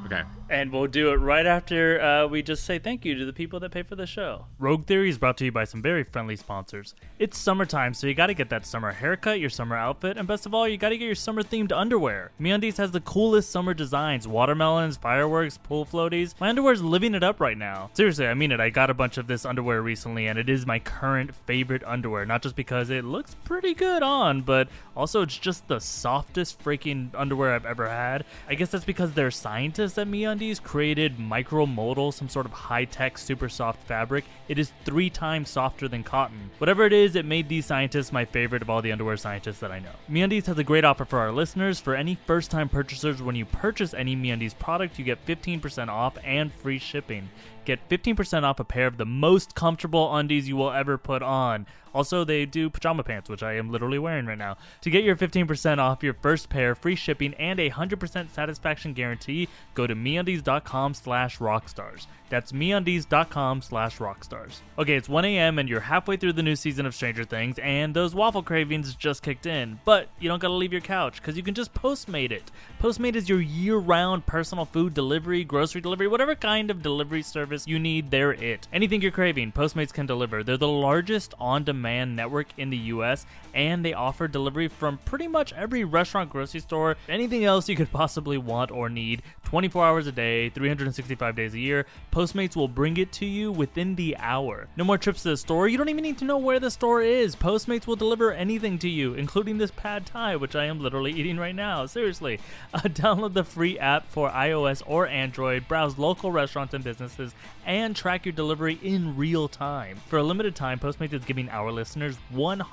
Speaker 3: Okay.
Speaker 1: And we'll do it right after uh, we just say thank you to the people that pay for the show. Rogue Theory is brought to you by some very friendly sponsors. It's summertime, so you gotta get that summer haircut, your summer outfit, and best of all, you gotta get your summer themed underwear. MeUndies has the coolest summer designs watermelons, fireworks, pool floaties. My underwear's living it up right now. Seriously, I mean it. I got a bunch of this underwear recently, and it is my current favorite underwear, not just because it looks pretty good on, but also it's just the softest freaking underwear I've ever had. I guess that's because their scientists at MeUndies created micromodal, some sort of high-tech, super soft fabric. It is three times softer than cotton. Whatever it is, it made these scientists my favorite of all the underwear scientists that I know. MeUndies has a great offer for our listeners. For any first-time purchasers, when you purchase any MeUndies product, you get 15% off and free shipping. Get 15% off a pair of the most comfortable undies you will ever put on. Also, they do pajama pants, which I am literally wearing right now. To get your 15% off your first pair, free shipping, and a 100% satisfaction guarantee, go to meundies.com slash rockstars. That's meundies.com slash rockstars. Okay, it's 1 a.m. and you're halfway through the new season of Stranger Things, and those waffle cravings just kicked in. But you don't gotta leave your couch, because you can just Postmate it. Postmate is your year-round personal food delivery, grocery delivery, whatever kind of delivery service you need, they're it. Anything you're craving, Postmates can deliver. They're the largest on-demand network in the U.S., and they offer delivery from pretty much every restaurant, grocery store, anything else you could possibly want or need, 24 hours a day, 365 days a year. Postmates will bring it to you within the hour. No more trips to the store. You don't even need to know where the store is. Postmates will deliver anything to you, including this pad thai, which I am literally eating right now. Seriously. Uh, download the free app for iOS or Android, browse local restaurants and businesses, and track your delivery in real time. For a limited time, Postmates is giving our listeners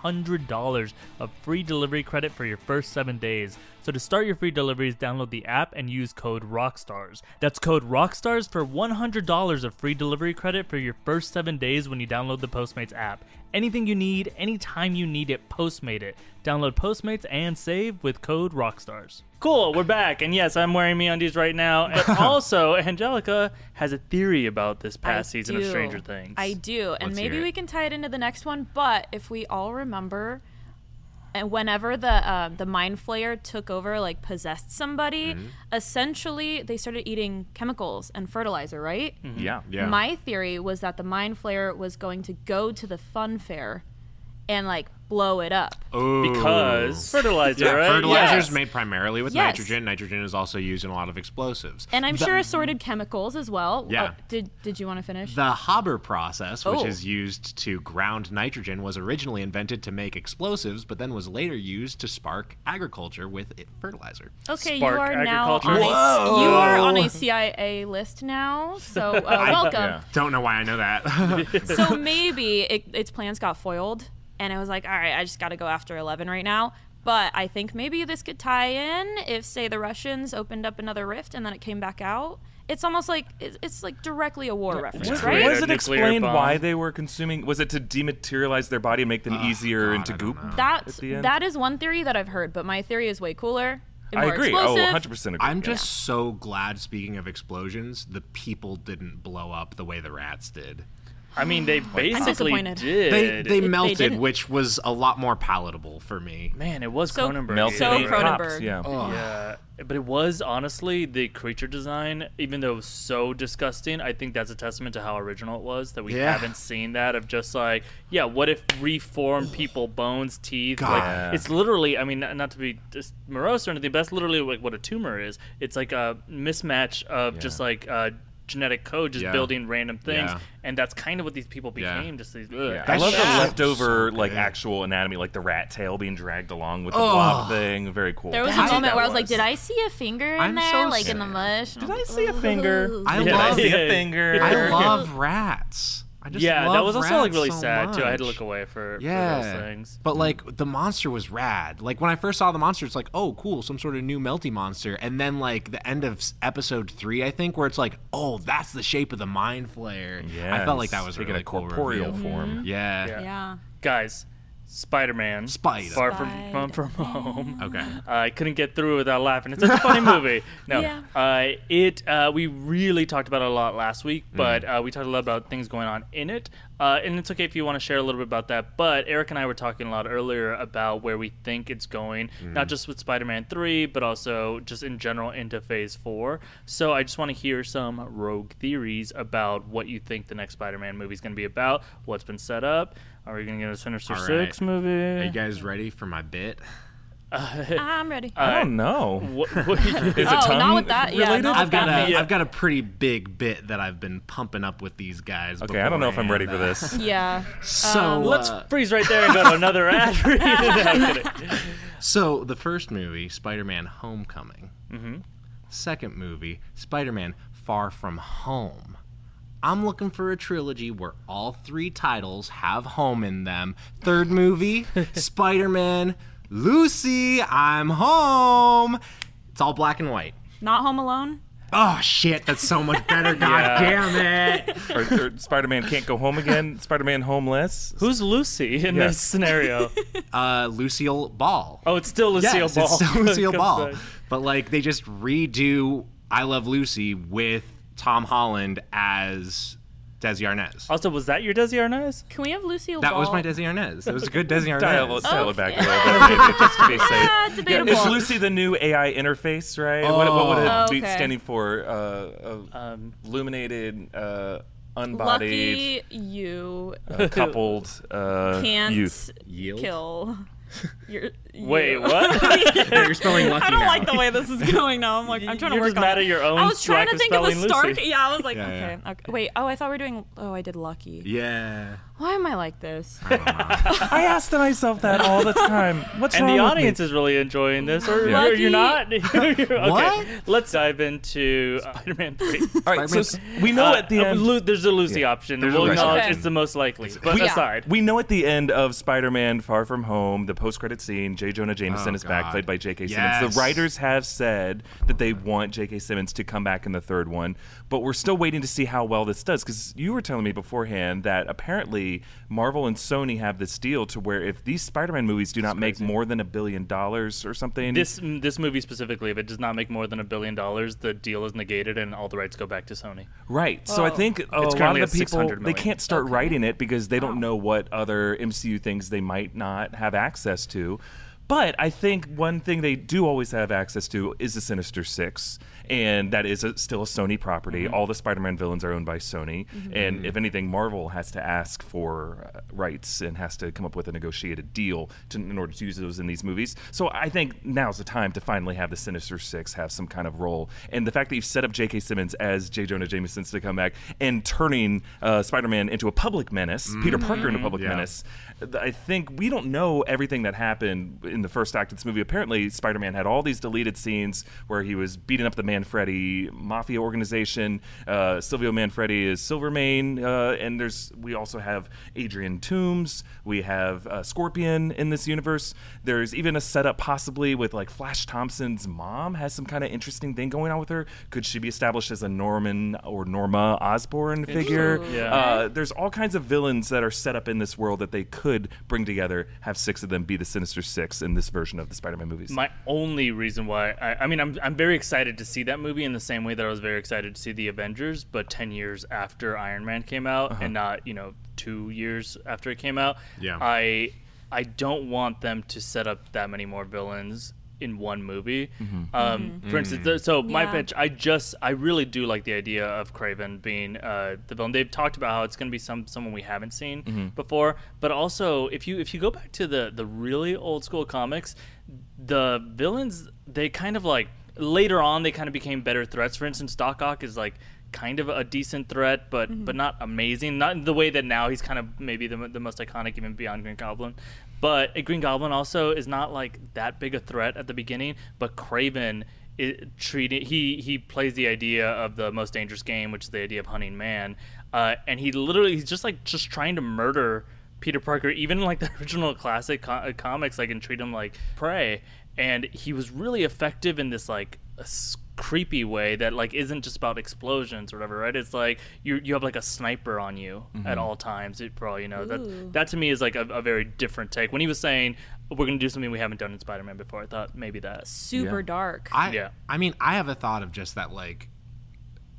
Speaker 1: $100 of free delivery credit for your first seven days. So to start your free deliveries, download the app and use code ROCKSTARS. That's code ROCKSTARS for $100 of free delivery credit for your first seven days when you download the Postmates app. Anything you need, anytime you need it, Postmate it. Download Postmates and save with code ROCKSTARS. Cool, we're back. And yes, I'm wearing MeUndies right now. And also, Angelica has a theory about this past
Speaker 4: I
Speaker 1: season of
Speaker 4: do.
Speaker 1: Stranger Things.
Speaker 4: I do, and
Speaker 2: Let's
Speaker 4: maybe
Speaker 2: hear it.
Speaker 4: we can tie it into the next one. But if we all remember, and whenever the uh, the mind flayer took over, like possessed somebody,
Speaker 1: Mm-hmm.
Speaker 4: essentially they started eating chemicals and fertilizer, right?
Speaker 1: Mm,
Speaker 4: Mm.
Speaker 2: Yeah.
Speaker 3: Yeah.
Speaker 4: My theory was that the mind flayer was going to go to the fun fair, and like blow it up.
Speaker 1: Oh,
Speaker 3: Ooh.
Speaker 1: Because fertilizer,
Speaker 3: Yeah,
Speaker 1: right?
Speaker 3: fertilizers
Speaker 4: Yes.
Speaker 3: made primarily with
Speaker 4: Yes.
Speaker 3: nitrogen. Nitrogen is also used in a lot of explosives.
Speaker 4: And I'm
Speaker 3: The-
Speaker 4: sure assorted chemicals as well. Oh,
Speaker 3: Yeah.
Speaker 4: did Did you want to finish?
Speaker 3: The Haber process, which
Speaker 4: Oh.
Speaker 3: is used to ground nitrogen, was originally invented to make explosives, but then was later used to spark agriculture with it- fertilizer.
Speaker 4: Okay,
Speaker 1: Spark
Speaker 4: you are now on a,
Speaker 1: agriculture.
Speaker 4: you are on a CIA list now, so uh, welcome.
Speaker 2: yeah.
Speaker 3: Don't know why I know that.
Speaker 4: so maybe it, its plans got foiled, and I was like, all right, I just got to go after Eleven right now. But I think maybe this could tie in if, say, the Russians opened up another rift and then it came back out. It's almost like it's, it's like directly a war reference,
Speaker 1: What-
Speaker 4: right?
Speaker 1: what-
Speaker 2: Was it
Speaker 1: Nuclear
Speaker 2: explained why
Speaker 1: bomb.
Speaker 2: they were consuming? Was it to dematerialize their body and make them easier into
Speaker 3: I don't
Speaker 2: goop?
Speaker 3: know.
Speaker 4: That's
Speaker 2: the end?
Speaker 4: that is one theory that I've heard, but my theory is way cooler. and
Speaker 2: I
Speaker 4: more
Speaker 2: agree. Oh,
Speaker 4: Explosive.
Speaker 2: 100% agree.
Speaker 3: I'm just so glad, speaking of explosions, the people didn't blow up the way the rats did.
Speaker 1: I mean, they basically
Speaker 4: disappointed.
Speaker 1: did.
Speaker 3: They, they melted,
Speaker 4: didn't-
Speaker 3: which was a lot more palatable for me.
Speaker 1: Man, it was
Speaker 4: So-
Speaker 1: Cronenberg.
Speaker 2: Melted
Speaker 4: So
Speaker 2: eight cops,
Speaker 4: Cronenberg.
Speaker 2: Yeah.
Speaker 3: Oh,
Speaker 1: Yeah, but it was honestly the creature design, even though it was so disgusting, I think that's a testament to how original it was that we
Speaker 3: Yeah.
Speaker 1: haven't seen that of just like, yeah, what if reformed people, bones, teeth?
Speaker 3: God.
Speaker 1: Like, it's literally, I mean, not not to be just morose or anything, but that's literally like what a tumor is. It's like a mismatch of just like uh, genetic code, just
Speaker 3: Yeah.
Speaker 1: building random things.
Speaker 3: Yeah.
Speaker 1: And that's kind of what these people
Speaker 3: Yeah.
Speaker 1: became. Just these,
Speaker 2: Yeah.
Speaker 1: ugh.
Speaker 2: I
Speaker 3: That
Speaker 2: love the
Speaker 3: shit's
Speaker 2: leftover
Speaker 3: so
Speaker 2: like
Speaker 3: good.
Speaker 2: actual anatomy, like the rat tail being dragged along with the blob thing. Very cool.
Speaker 4: There was
Speaker 3: That's
Speaker 4: a
Speaker 3: what
Speaker 4: moment
Speaker 2: that
Speaker 4: where I was like,
Speaker 2: was.
Speaker 4: "Did I see a finger in
Speaker 3: I'm
Speaker 4: there,
Speaker 3: so
Speaker 4: like in the
Speaker 3: sad.
Speaker 4: mush?"
Speaker 2: Did I see a finger?
Speaker 3: I
Speaker 1: Yeah,
Speaker 3: love,
Speaker 2: I see
Speaker 1: did.
Speaker 2: a finger.
Speaker 3: I love rats. I just
Speaker 1: yeah, that
Speaker 3: love
Speaker 1: was also like
Speaker 3: rats
Speaker 1: really
Speaker 3: so
Speaker 1: sad too. I had to
Speaker 3: much.
Speaker 1: look away for,
Speaker 3: Yeah.
Speaker 1: for those things.
Speaker 3: But like the monster was rad. Like when I first saw the monster, it's like, oh, cool, some sort of new melty monster. And then like the end of s- episode three, I think, where it's like, oh, that's the shape of the mind flayer. I felt like that
Speaker 2: Yes,
Speaker 3: was a
Speaker 2: taking
Speaker 3: really
Speaker 2: a
Speaker 3: cool
Speaker 2: corporeal
Speaker 3: reveal.
Speaker 2: form.
Speaker 3: Yeah.
Speaker 1: Mm-hmm. Yeah.
Speaker 4: Yeah.
Speaker 1: guys Spider-Man,
Speaker 3: Spider.
Speaker 1: Far from,
Speaker 4: Spider-Man.
Speaker 1: from Home.
Speaker 3: Okay.
Speaker 1: Uh, I couldn't get through without laughing. It's such a funny movie. No,
Speaker 4: Yeah.
Speaker 1: uh, it uh, we really talked about it a lot last week,
Speaker 3: Mm-hmm.
Speaker 1: but uh, we talked a lot about things going on in it, uh, and it's okay if you want to share a little bit about that. But Eric and I were talking a lot earlier about where we think it's going,
Speaker 3: Mm-hmm.
Speaker 1: not just with Spider-Man Three, but also just in general into Phase Four. So I just want to hear some rogue theories about what you think the next Spider-Man movie is going to be about, what's been set up. Are we going to get a Sinister
Speaker 3: All right.
Speaker 1: Six
Speaker 3: Are you
Speaker 1: movie?
Speaker 3: guys ready for my bit?
Speaker 4: I'm ready.
Speaker 2: I don't know.
Speaker 1: What, what,
Speaker 2: Uh, Is it
Speaker 4: oh,
Speaker 2: tongue
Speaker 4: not with that. Yeah,
Speaker 2: related?
Speaker 4: not with
Speaker 3: I've got
Speaker 4: that.
Speaker 3: a
Speaker 1: Yeah.
Speaker 3: have got a pretty big bit that I've been pumping up with these guys.
Speaker 2: Okay, I don't know if I'm ready for
Speaker 3: beforehand.
Speaker 2: this.
Speaker 4: Yeah.
Speaker 3: So
Speaker 1: Um, Let's
Speaker 3: uh,
Speaker 1: freeze right there and go to another ad read. No, I'm kidding.
Speaker 3: So the first movie, Spider-Man: Homecoming. Mm-hmm. Second movie, Spider-Man: Far From Home. I'm looking for a trilogy where all three titles have home in them. Third movie, Spider-Man: Lucy, I'm home. It's all black and white.
Speaker 4: Not Home Alone.
Speaker 3: Oh shit, that's so much better. God damn it.
Speaker 2: or, or Spider-Man can't go home again. Spider-Man homeless.
Speaker 1: Who's Lucy in
Speaker 2: Yeah.
Speaker 1: this scenario?
Speaker 3: Uh, Lucille Ball.
Speaker 1: Oh, it's still Lucille
Speaker 3: yes,
Speaker 1: Ball.
Speaker 3: It's still Lucille
Speaker 1: Comes
Speaker 3: Ball.
Speaker 1: back.
Speaker 3: But like they just redo I Love Lucy with Tom Holland as Desi Arnaz.
Speaker 1: Also, was that your Desi Arnaz?
Speaker 4: Can we have Lucille
Speaker 3: that
Speaker 4: Ball?
Speaker 3: was my Desi Arnaz. That was a good Desi
Speaker 2: Dial,
Speaker 3: Arnaz.
Speaker 2: dial it
Speaker 4: Oh,
Speaker 2: back a little bit, maybe, just to be safe.
Speaker 4: Ah, debatable.
Speaker 2: Is Lucy the new AI interface, right? What, what would it
Speaker 4: Oh.
Speaker 2: be
Speaker 4: Okay.
Speaker 2: standing for? Uh, uh,
Speaker 1: Um,
Speaker 2: illuminated, uh,
Speaker 4: Lucky
Speaker 2: unbodied,
Speaker 4: you
Speaker 2: uh, coupled uh,
Speaker 4: can't
Speaker 2: youth.
Speaker 3: Yield?
Speaker 4: kill. Your,
Speaker 1: Wait,
Speaker 4: you.
Speaker 1: what?
Speaker 3: You're spelling lucky
Speaker 4: I don't
Speaker 3: now.
Speaker 4: like the way this is going now. I'm like, I'm trying to
Speaker 1: You're
Speaker 4: work
Speaker 1: just
Speaker 4: on
Speaker 1: mad
Speaker 4: it.
Speaker 1: at your own
Speaker 4: I was trying
Speaker 1: lack
Speaker 4: to
Speaker 1: of
Speaker 4: think of a
Speaker 1: spelling
Speaker 4: stark.
Speaker 1: Lucy.
Speaker 4: Yeah, I was like,
Speaker 3: Yeah,
Speaker 4: okay,
Speaker 3: yeah.
Speaker 4: okay. Wait, oh, I thought we were doing. Oh, I did lucky.
Speaker 3: yeah.
Speaker 4: Why am I like this?
Speaker 2: I ask myself that all the time. What's
Speaker 1: and the
Speaker 2: wrong with me?
Speaker 1: audience is really enjoying this, or
Speaker 4: Yeah.
Speaker 1: you're, you're not.
Speaker 4: Lucky.
Speaker 1: okay,
Speaker 3: What?
Speaker 1: let's dive into uh, Spider-Man Three.
Speaker 2: All right, so s- we know
Speaker 1: Uh,
Speaker 2: at the
Speaker 1: uh,
Speaker 2: end.
Speaker 1: Lu- there's a Lucy option.
Speaker 3: There's a
Speaker 1: we'll
Speaker 3: Lucy
Speaker 1: acknowledge
Speaker 4: option.
Speaker 1: it's the most likely. But
Speaker 4: Yeah.
Speaker 1: aside,
Speaker 2: We know at the end of Spider-Man: Far From Home, the post-credit scene, J. Jonah
Speaker 3: Oh,
Speaker 2: Jameson is back,
Speaker 3: God.
Speaker 2: played by J.K. Simmons.
Speaker 3: Yes.
Speaker 2: The writers have said that they want J.K. Simmons to come back in the third one, but we're still waiting to see how well this does. Because you were telling me beforehand that apparently Marvel and Sony have this deal to where if these Spider-Man movies do not make more than a billion dollars or something,
Speaker 1: This this movie specifically, if it does not make more than a billion dollars, the deal is negated and all the rights go back to Sony.
Speaker 2: Right. So I think a lot
Speaker 1: currently
Speaker 2: of the
Speaker 1: at 600
Speaker 2: people they
Speaker 1: million.
Speaker 2: can't start writing it because they don't know what other MCU things they might not have access to. But I think one thing they do always have access to is the Sinister Six, and that is a, still a Sony property. All the Spider-Man villains are owned by Sony, and if anything, Marvel has to ask for uh, rights and has to come up with a negotiated deal to, in order to use those in these movies. So I think now's the time to finally have the Sinister Six have some kind of role. And the fact that you've set up J.K. Simmons as J. Jonah Jameson's to come back and turning uh, Spider Man into a public menace, Peter Parker into a public menace, th- I think we don't know everything that happened in the first act of this movie. Apparently, Spider Man had all these deleted scenes where he was beating up the Manfredi mafia organization. Uh, Silvio Manfredi is Silvermane. Uh, and there's we also have Adrian Toombs. We have uh, Scorpion in this universe. There's even a setup possibly with like Flash Thompson's mom has some kind of interesting thing going on with her. Could she be established as a Norman or Norma Osborn figure?
Speaker 1: Ooh. Yeah.
Speaker 2: Uh, there's all kinds of villains that are set up in this world that they could bring together, have six of them be the Sinister Six in this version of the Spider Man movies.
Speaker 1: My only reason why I, I mean I'm I'm very excited to see that movie in the same way that I was very excited to see the Avengers, but ten years after Iron Man came out and not you know two years after it came out.
Speaker 3: Yeah.
Speaker 1: I I don't want them to set up that many more villains in one movie. Um, For instance, th- so my
Speaker 4: Yeah.
Speaker 1: pitch, I just I really do like the idea of Craven being uh, the villain. They've talked about how it's going to be some someone we haven't seen before, but also if you if you go back to the the really old school comics, the villains they kind of like later on they kind of became better threats. For instance, Doc Ock is like kind of a decent threat, but but not amazing. Not in the way that now he's kind of maybe the, mo- the most iconic, even beyond Green Goblin. But uh, Green Goblin also is not like that big a threat at the beginning. But Craven it, treated he he plays the idea of the most dangerous game, which is the idea of hunting man. Uh, and he literally he's just like just trying to murder Peter Parker, even in, like the original classic co- uh, comics, like and treat him like prey. And he was really effective in this like a s- creepy way that like isn't just about explosions or whatever, right? It's like you you have like a sniper on you at all times. It probably you know that that to me is like a, a very different take. When he was saying we're gonna do something we haven't done in Spider-Man before, I thought maybe that.
Speaker 4: Super
Speaker 2: Yeah.
Speaker 4: dark.
Speaker 3: I
Speaker 1: Yeah.
Speaker 3: I mean, I have a thought of just that like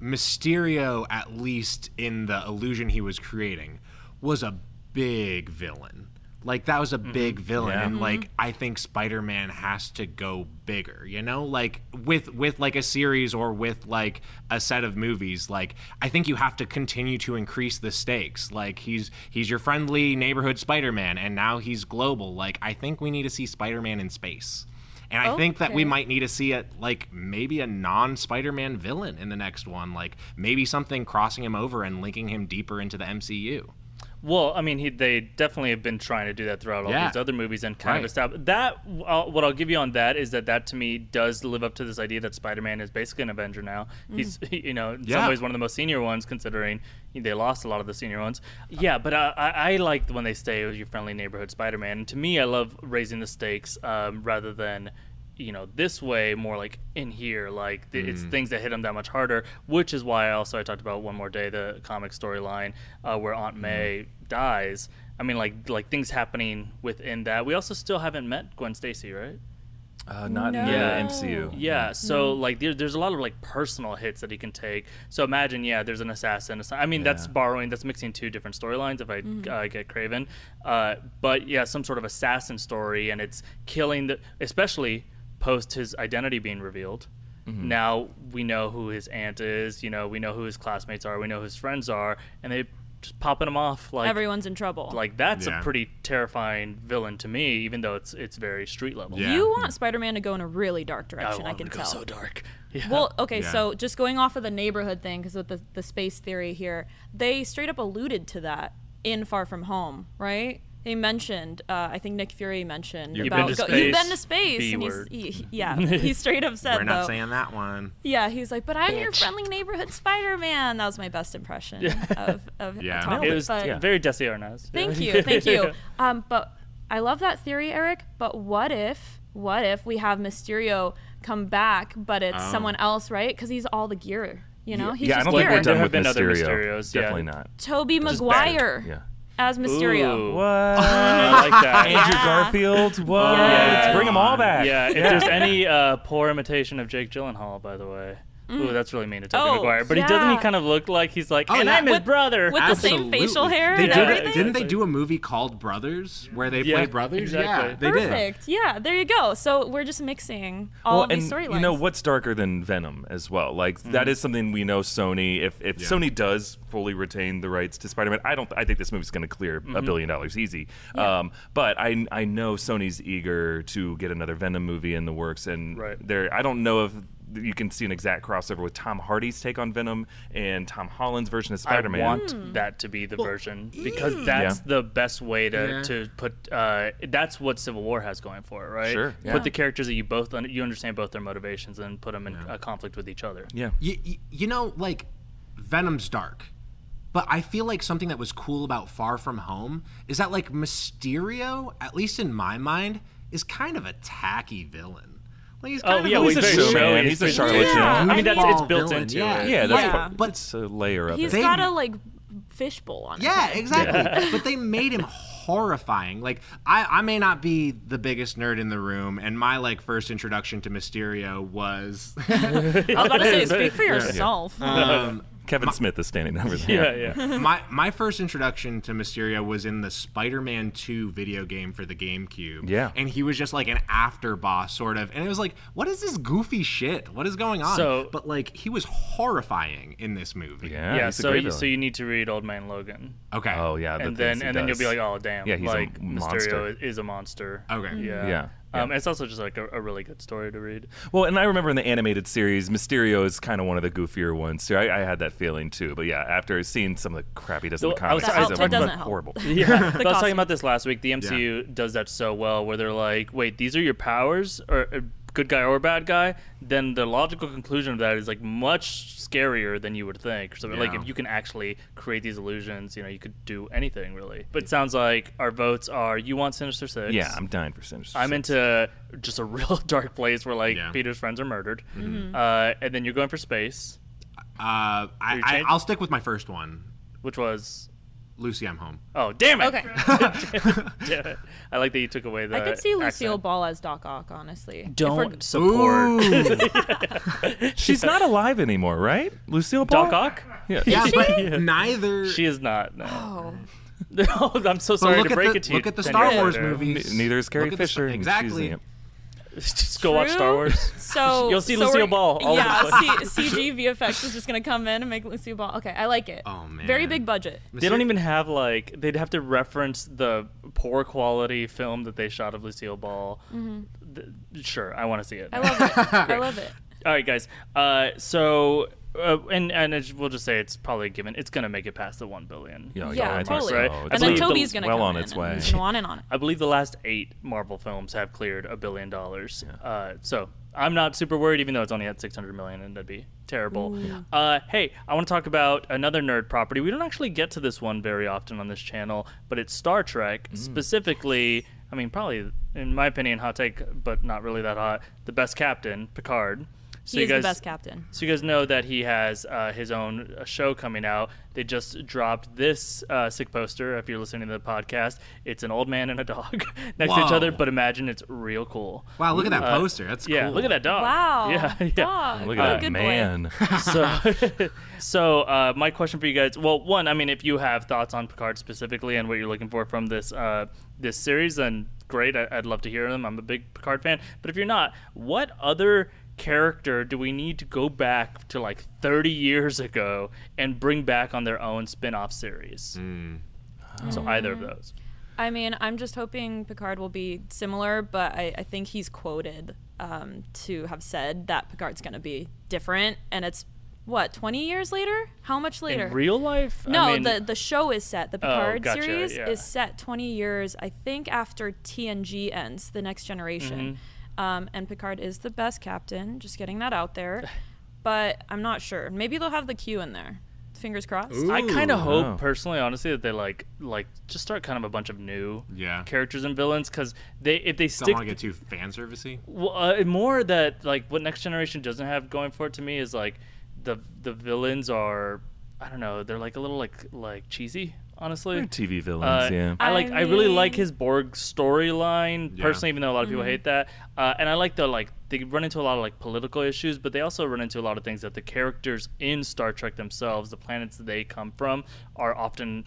Speaker 3: Mysterio at least in the illusion he was creating was a big villain. Like that was a big villain
Speaker 2: Yeah.
Speaker 3: and like I think Spider-Man has to go bigger, you know? Like with with like a series or with like a set of movies, like I think you have to continue to increase the stakes. Like he's he's your friendly neighborhood Spider-Man and now he's global. Like I think we need to see Spider-Man in space. And I think that we
Speaker 4: Okay.
Speaker 3: might need to see it like maybe a non Spider-Man villain in the next one, like maybe something crossing him over and linking him deeper into the MCU.
Speaker 1: Well, I mean, he, they definitely have been trying to do that throughout all
Speaker 3: Yeah.
Speaker 1: these other movies and kind
Speaker 3: Right.
Speaker 1: of establish that. Uh, what I'll give you on that is that that to me does live up to this idea that Spider-Man is basically an Avenger now. He's
Speaker 3: Mm-hmm.
Speaker 1: you know in
Speaker 3: Yeah.
Speaker 1: some ways one of the most senior ones considering they lost a lot of the senior ones. Yeah, but I, I, I like when they stay with your friendly neighborhood Spider-Man. And to me, I love raising the stakes um, rather than. You know, this way more like in here, like th- it's things that hit him that much harder, which is why also I talked about one more day the comic storyline uh, where Aunt May dies. I mean, like like things happening within that. We also still haven't met Gwen Stacy, right?
Speaker 2: Uh, not in
Speaker 4: No.
Speaker 2: the MCU.
Speaker 1: Yeah. So like there, there's a lot of like personal hits that he can take. So imagine, yeah, there's an assassin. assi- I mean, that's
Speaker 2: Yeah.
Speaker 1: borrowing, that's mixing two different storylines. If I
Speaker 4: Mm-hmm.
Speaker 1: uh, get Craven, uh, but yeah, some sort of assassin story, and it's killing the, especially post his identity being revealed. Now we know who his aunt is. You know, we know who his classmates are. We know who his friends are, and they just popping him off like
Speaker 4: Everyone's in trouble.
Speaker 1: like that's
Speaker 3: Yeah.
Speaker 1: a pretty terrifying villain to me, even though it's it's very street level.
Speaker 3: Yeah.
Speaker 4: You want Spider-Man to go in a really dark
Speaker 1: I
Speaker 4: direction. I,
Speaker 1: want
Speaker 4: can
Speaker 1: him to go
Speaker 4: tell.
Speaker 1: so dark. Yeah.
Speaker 4: Well, okay,
Speaker 3: Yeah.
Speaker 4: so just going off of the neighborhood thing, because with the, the space theory here, they straight up alluded to that in Far From Home, right? They mentioned, uh, I think Nick Fury mentioned
Speaker 1: You've
Speaker 4: about
Speaker 1: been to
Speaker 4: you've
Speaker 1: space,
Speaker 4: been to space,
Speaker 1: B
Speaker 4: and he's,
Speaker 1: word.
Speaker 4: he, he- yeah, he straight up said
Speaker 3: We're not
Speaker 4: though,
Speaker 3: saying that one.
Speaker 4: yeah, he's like, but I'm your
Speaker 1: Bitch.
Speaker 4: friendly neighborhood Spider-Man. That was my best impression of of
Speaker 3: Yeah.
Speaker 4: Tom.
Speaker 1: it was
Speaker 4: but-
Speaker 1: yeah, very Desi Arnaz.
Speaker 4: Thank
Speaker 1: Yeah.
Speaker 4: you, thank you. Um, but I love that theory, Eric. But what if, what if we have Mysterio come back, but it's
Speaker 1: Oh.
Speaker 4: someone else, right? Because he's all the gear, you know. He's
Speaker 2: yeah, I
Speaker 4: just
Speaker 2: don't
Speaker 4: gear.
Speaker 2: think we're
Speaker 1: There
Speaker 2: done
Speaker 1: have
Speaker 2: with
Speaker 1: been other
Speaker 2: Mysterio.
Speaker 1: Mysterios, yeah.
Speaker 2: Definitely not.
Speaker 4: Toby
Speaker 2: bad.
Speaker 4: Maguire
Speaker 2: Yeah.
Speaker 4: as Mysterio.
Speaker 1: Ooh.
Speaker 2: What?
Speaker 1: I like that.
Speaker 2: Andrew Garfield. What?
Speaker 4: Yeah.
Speaker 2: Bring them all back.
Speaker 1: Yeah, if there's any uh, poor imitation of Jake Gyllenhaal, by the way. Ooh, that's really mean to Tobey
Speaker 4: Mm. Oh,
Speaker 1: Maguire. But he doesn't he
Speaker 4: yeah.
Speaker 1: kind of look like he's like, and
Speaker 3: yeah.
Speaker 1: I'm his
Speaker 4: With-
Speaker 1: brother.
Speaker 4: with the same facial hair
Speaker 3: They
Speaker 4: and
Speaker 3: did,
Speaker 1: everything?
Speaker 3: Didn't they do a movie called Brothers where they
Speaker 1: Yeah,
Speaker 3: play brothers?
Speaker 1: exactly.
Speaker 3: Yeah, they did.
Speaker 4: Perfect. Yeah, there you go. So we're just mixing all
Speaker 2: Well,
Speaker 4: of
Speaker 2: and
Speaker 4: these storylines.
Speaker 2: you know what's darker than Venom as well. Like
Speaker 1: Mm-hmm.
Speaker 2: that is something we know Sony. If if Sony does fully retain the rights to Spider-Man, I don't. I think this movie's going to clear a
Speaker 1: Mm-hmm.
Speaker 2: billion dollars easy. Um, but I I know Sony's eager to get another Venom movie in the works, and
Speaker 1: Right.
Speaker 2: there I don't know if you can see an exact crossover with Tom Hardy's take on Venom and Tom Holland's version of Spider-Man.
Speaker 1: I want that to be the version because that's
Speaker 2: Yeah.
Speaker 1: the best way to
Speaker 3: Yeah.
Speaker 1: to put. Uh, that's what Civil War has going for it, right?
Speaker 2: Sure, yeah.
Speaker 1: Put the characters that you both un- you understand both their motivations and put them in uh, conflict with each other.
Speaker 2: yeah.
Speaker 3: You, you, you know, like Venom's dark, but I feel like something that was cool about Far From Home is that like Mysterio, at least in my mind, is kind of a tacky villain. Like he's kind
Speaker 1: Oh
Speaker 3: of
Speaker 1: yeah,
Speaker 3: a
Speaker 1: well,
Speaker 2: he's
Speaker 1: he's,
Speaker 2: a
Speaker 1: very
Speaker 2: showman,
Speaker 1: showy.
Speaker 2: he's a
Speaker 1: pretty-
Speaker 2: charlatan.
Speaker 1: Yeah. I mean, that's it's
Speaker 3: Goofball
Speaker 1: built
Speaker 3: villain,
Speaker 1: into
Speaker 3: yeah.
Speaker 1: it.
Speaker 2: Yeah, that's
Speaker 4: Yeah.
Speaker 2: part-
Speaker 3: But-
Speaker 2: it's a layer of
Speaker 4: He's
Speaker 2: it.
Speaker 3: They-
Speaker 4: got a like fishbowl on. his
Speaker 3: Yeah,
Speaker 4: head.
Speaker 3: exactly. but they made him horrifying. Like I, I may not be the biggest nerd in the room, and my like first introduction to Mysterio was
Speaker 4: I was about to say, speak for yourself.
Speaker 2: Kevin Smith is standing over there.
Speaker 1: Yeah, yeah.
Speaker 3: um, my my first introduction to Mysterio was in the Spider-Man 2 video game for the GameCube.
Speaker 2: Yeah.
Speaker 3: And he was just like an after boss sort of. And it was like, what is this goofy shit? What is going on?
Speaker 1: So-
Speaker 3: but like he was horrifying in this movie.
Speaker 2: Yeah,
Speaker 1: Yeah,
Speaker 2: he's a
Speaker 1: so
Speaker 2: great
Speaker 1: you, so
Speaker 2: villain.
Speaker 1: you need to read Old Man Logan,
Speaker 3: Okay.
Speaker 2: Oh yeah, the
Speaker 1: and
Speaker 2: things
Speaker 1: then
Speaker 2: he
Speaker 1: and then you'll
Speaker 2: does.
Speaker 1: be like, oh damn,
Speaker 2: Yeah, he's a
Speaker 1: like
Speaker 2: monster.
Speaker 1: Mysterio is, is a monster.
Speaker 3: Okay.
Speaker 1: Yeah.
Speaker 2: Yeah,
Speaker 1: Um, it's also just like a, a really good story to read.
Speaker 2: Well, and I remember in the animated series, Mysterio is kind of one of the goofier ones too. I, I had that feeling too. But yeah, after seeing some of the crap he does in the
Speaker 1: Well, I was-
Speaker 2: comics,
Speaker 1: I was
Speaker 2: it's
Speaker 1: talking
Speaker 4: about-
Speaker 2: like horrible.
Speaker 1: Yeah, I was
Speaker 4: costume.
Speaker 1: talking about this last week. The MCU does that so well, where they're like, "Wait, these are your powers, or uh, good guy or bad guy, then the logical conclusion of that is like much scarier than you would think. So like
Speaker 3: Yeah.
Speaker 1: if you can actually create these illusions, you know, you could do anything really. But it sounds like our votes are you want Sinister Six.
Speaker 2: Yeah, I'm dying for Sinister.
Speaker 1: I'm
Speaker 2: Six.
Speaker 1: into just a real dark place where like
Speaker 3: Yeah.
Speaker 1: Peter's friends are murdered,
Speaker 4: Mm-hmm.
Speaker 1: uh, and then you're going for space,
Speaker 3: Uh, I,
Speaker 1: you
Speaker 3: I,
Speaker 1: changing?
Speaker 3: I'll stick with my first one.
Speaker 1: which was
Speaker 3: Lucy, I'm home.
Speaker 1: oh damn it.
Speaker 4: Okay.
Speaker 1: Damn it. I like that you took away the.
Speaker 4: I could see Lucille
Speaker 1: accent.
Speaker 4: Ball as Doc Ock, honestly. If we're-
Speaker 1: Don't support
Speaker 2: She's not alive anymore, right? Lucille Ball.
Speaker 1: Doc Ock.
Speaker 2: Yeah.
Speaker 3: Yeah, but neither.
Speaker 1: She is not. No.
Speaker 4: Oh,
Speaker 1: No, I'm so
Speaker 3: but
Speaker 1: sorry
Speaker 3: look
Speaker 1: to
Speaker 3: at
Speaker 1: break
Speaker 3: the,
Speaker 1: it to you.
Speaker 3: look at the
Speaker 1: 10
Speaker 3: Star
Speaker 1: years
Speaker 3: Wars
Speaker 1: later.
Speaker 3: movies.
Speaker 2: N- neither is Carrie
Speaker 3: Look at the-
Speaker 2: Fisher. and she's
Speaker 3: exactly.
Speaker 2: the-
Speaker 1: Just go watch
Speaker 4: True.
Speaker 1: Star Wars.
Speaker 4: so
Speaker 1: You'll see
Speaker 4: so
Speaker 1: Lucille
Speaker 4: we're-
Speaker 1: Ball all over the
Speaker 4: yeah, C- CG VFX is just gonna come in and make Lucille Ball. Okay, I like it.
Speaker 3: Oh,
Speaker 4: very
Speaker 3: man.
Speaker 4: big budget.
Speaker 1: They don't even have like they'd have to reference the poor quality film that they shot of Lucille Ball. Th- sure, I want to see it.
Speaker 4: Mm-hmm. I love it. I love it.
Speaker 1: All right, guys. Uh, so uh, and and it's, we'll just say it's probably a given. It's gonna make it past the one billion.
Speaker 2: Oh, Yeah,
Speaker 4: yeah,
Speaker 2: I think
Speaker 4: totally.
Speaker 2: so.
Speaker 1: Right.
Speaker 2: It's
Speaker 1: I
Speaker 4: And then
Speaker 1: believe the-
Speaker 4: Toby's gonna
Speaker 2: well
Speaker 4: come
Speaker 2: on
Speaker 4: in
Speaker 2: its
Speaker 4: and
Speaker 2: way.
Speaker 4: he's gonna on and on.
Speaker 1: I believe the last eight Marvel films have cleared a billion dollars. Uh, so I'm not super worried, even though it's only at 600 million, and that'd be terrible. Uh, hey, I want to talk about another nerd property. We don't actually get to this one very often on this channel, but it's Star Trek, specifically. I mean, probably in my opinion, hot take, but not really that hot. The best captain, Picard. So
Speaker 4: He
Speaker 1: you
Speaker 4: is the
Speaker 1: guys,
Speaker 4: best captain.
Speaker 1: so you guys know that he has uh, his own uh, show coming out. They just dropped this uh, sick poster. If you're listening to the podcast, it's an old man and a dog next to each
Speaker 3: Whoa.
Speaker 1: other, but imagine it's real cool.
Speaker 3: Wow, look at that
Speaker 1: Uh,
Speaker 3: poster. That's
Speaker 1: yeah.
Speaker 3: cool.
Speaker 1: Look at that dog.
Speaker 4: Wow.
Speaker 1: Yeah, yeah.
Speaker 4: Dog.
Speaker 2: Look
Speaker 4: Oh,
Speaker 2: at that
Speaker 4: good boy.
Speaker 2: man.
Speaker 1: So, so uh, my question for you guys. Well, one, I mean, if you have thoughts on Picard specifically and what you're looking for from this uh, this series, then great. I- I'd love to hear them. I'm a big Picard fan. But if you're not, what other character do we need to go back to like 30 years ago and bring back on their own spin-off series? So either of those.
Speaker 4: I mean, I'm just hoping Picard will be similar, but I, I think he's quoted um, to have said that Picard's going to be different, and it's what 20 years later? How much later?
Speaker 1: In real life? I
Speaker 4: no,
Speaker 1: mean- Oh,
Speaker 4: the the show is set. The Picard
Speaker 1: gotcha,
Speaker 4: series
Speaker 1: yeah.
Speaker 4: is set 20 years, I think, after TNG ends, The Next Generation,
Speaker 1: Mm-hmm.
Speaker 4: um, and Picard is the best captain. Just getting that out there, but I'm not sure. Maybe they'll have the Q in there. Fingers crossed.
Speaker 1: I kind of hope,
Speaker 2: Wow.
Speaker 1: personally, honestly, that they like like just start kind of a bunch of new
Speaker 3: Yeah.
Speaker 1: characters and villains because they if they
Speaker 3: Don't
Speaker 1: stick
Speaker 3: want to get too fan servicey.
Speaker 1: well, uh, more that like what next generation doesn't have going for it to me is like the the villains are I don't know they're like a little like like cheesy honestly.
Speaker 2: They're TV villains,
Speaker 1: Uh,
Speaker 2: yeah.
Speaker 1: I
Speaker 4: I
Speaker 1: like. I, really like
Speaker 4: mean-
Speaker 1: his Borg storyline
Speaker 3: Yeah.
Speaker 1: personally, even though a lot of people hate that. Uh, and I like the like they run into a lot of like political issues, but they also run into a lot of things that the characters in Star Trek themselves, the planets that they come from, are often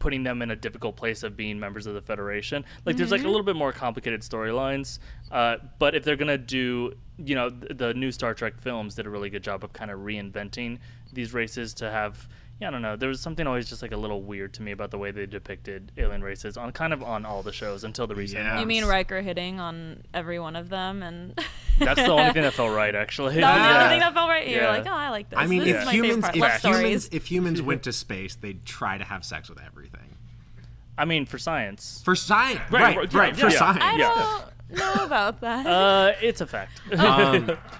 Speaker 1: putting them in a difficult place of being members of the Federation. Like there's like a little bit more complicated storylines, uh, but if they're gonna do you know th- the new Star Trek films did a really good job of kind of reinventing these races to have yeah, I don't know. There was something always just like a little weird to me about the way they depicted alien races on kind of on all the shows until the recent.
Speaker 3: Yeah.
Speaker 4: You
Speaker 1: ones.
Speaker 4: mean Riker hitting on every one of them, and
Speaker 1: That's the only thing that felt right, actually.
Speaker 4: That was the
Speaker 3: Yeah.
Speaker 4: only thing that felt right. You're
Speaker 1: Yeah.
Speaker 4: like, oh, I like this.
Speaker 3: I mean,
Speaker 4: this
Speaker 3: if
Speaker 4: is my
Speaker 3: humans,
Speaker 4: favorite part.
Speaker 3: if
Speaker 4: Love
Speaker 3: humans,
Speaker 4: stories.
Speaker 3: if humans went to space, they'd try to have sex with everything
Speaker 1: I mean, for science,
Speaker 3: for science. Right,
Speaker 2: Right, right,
Speaker 3: right,
Speaker 2: right,
Speaker 3: for
Speaker 2: yeah.
Speaker 4: I
Speaker 3: science.
Speaker 1: Yeah.
Speaker 4: don't know about that.
Speaker 1: uh, it's a fact.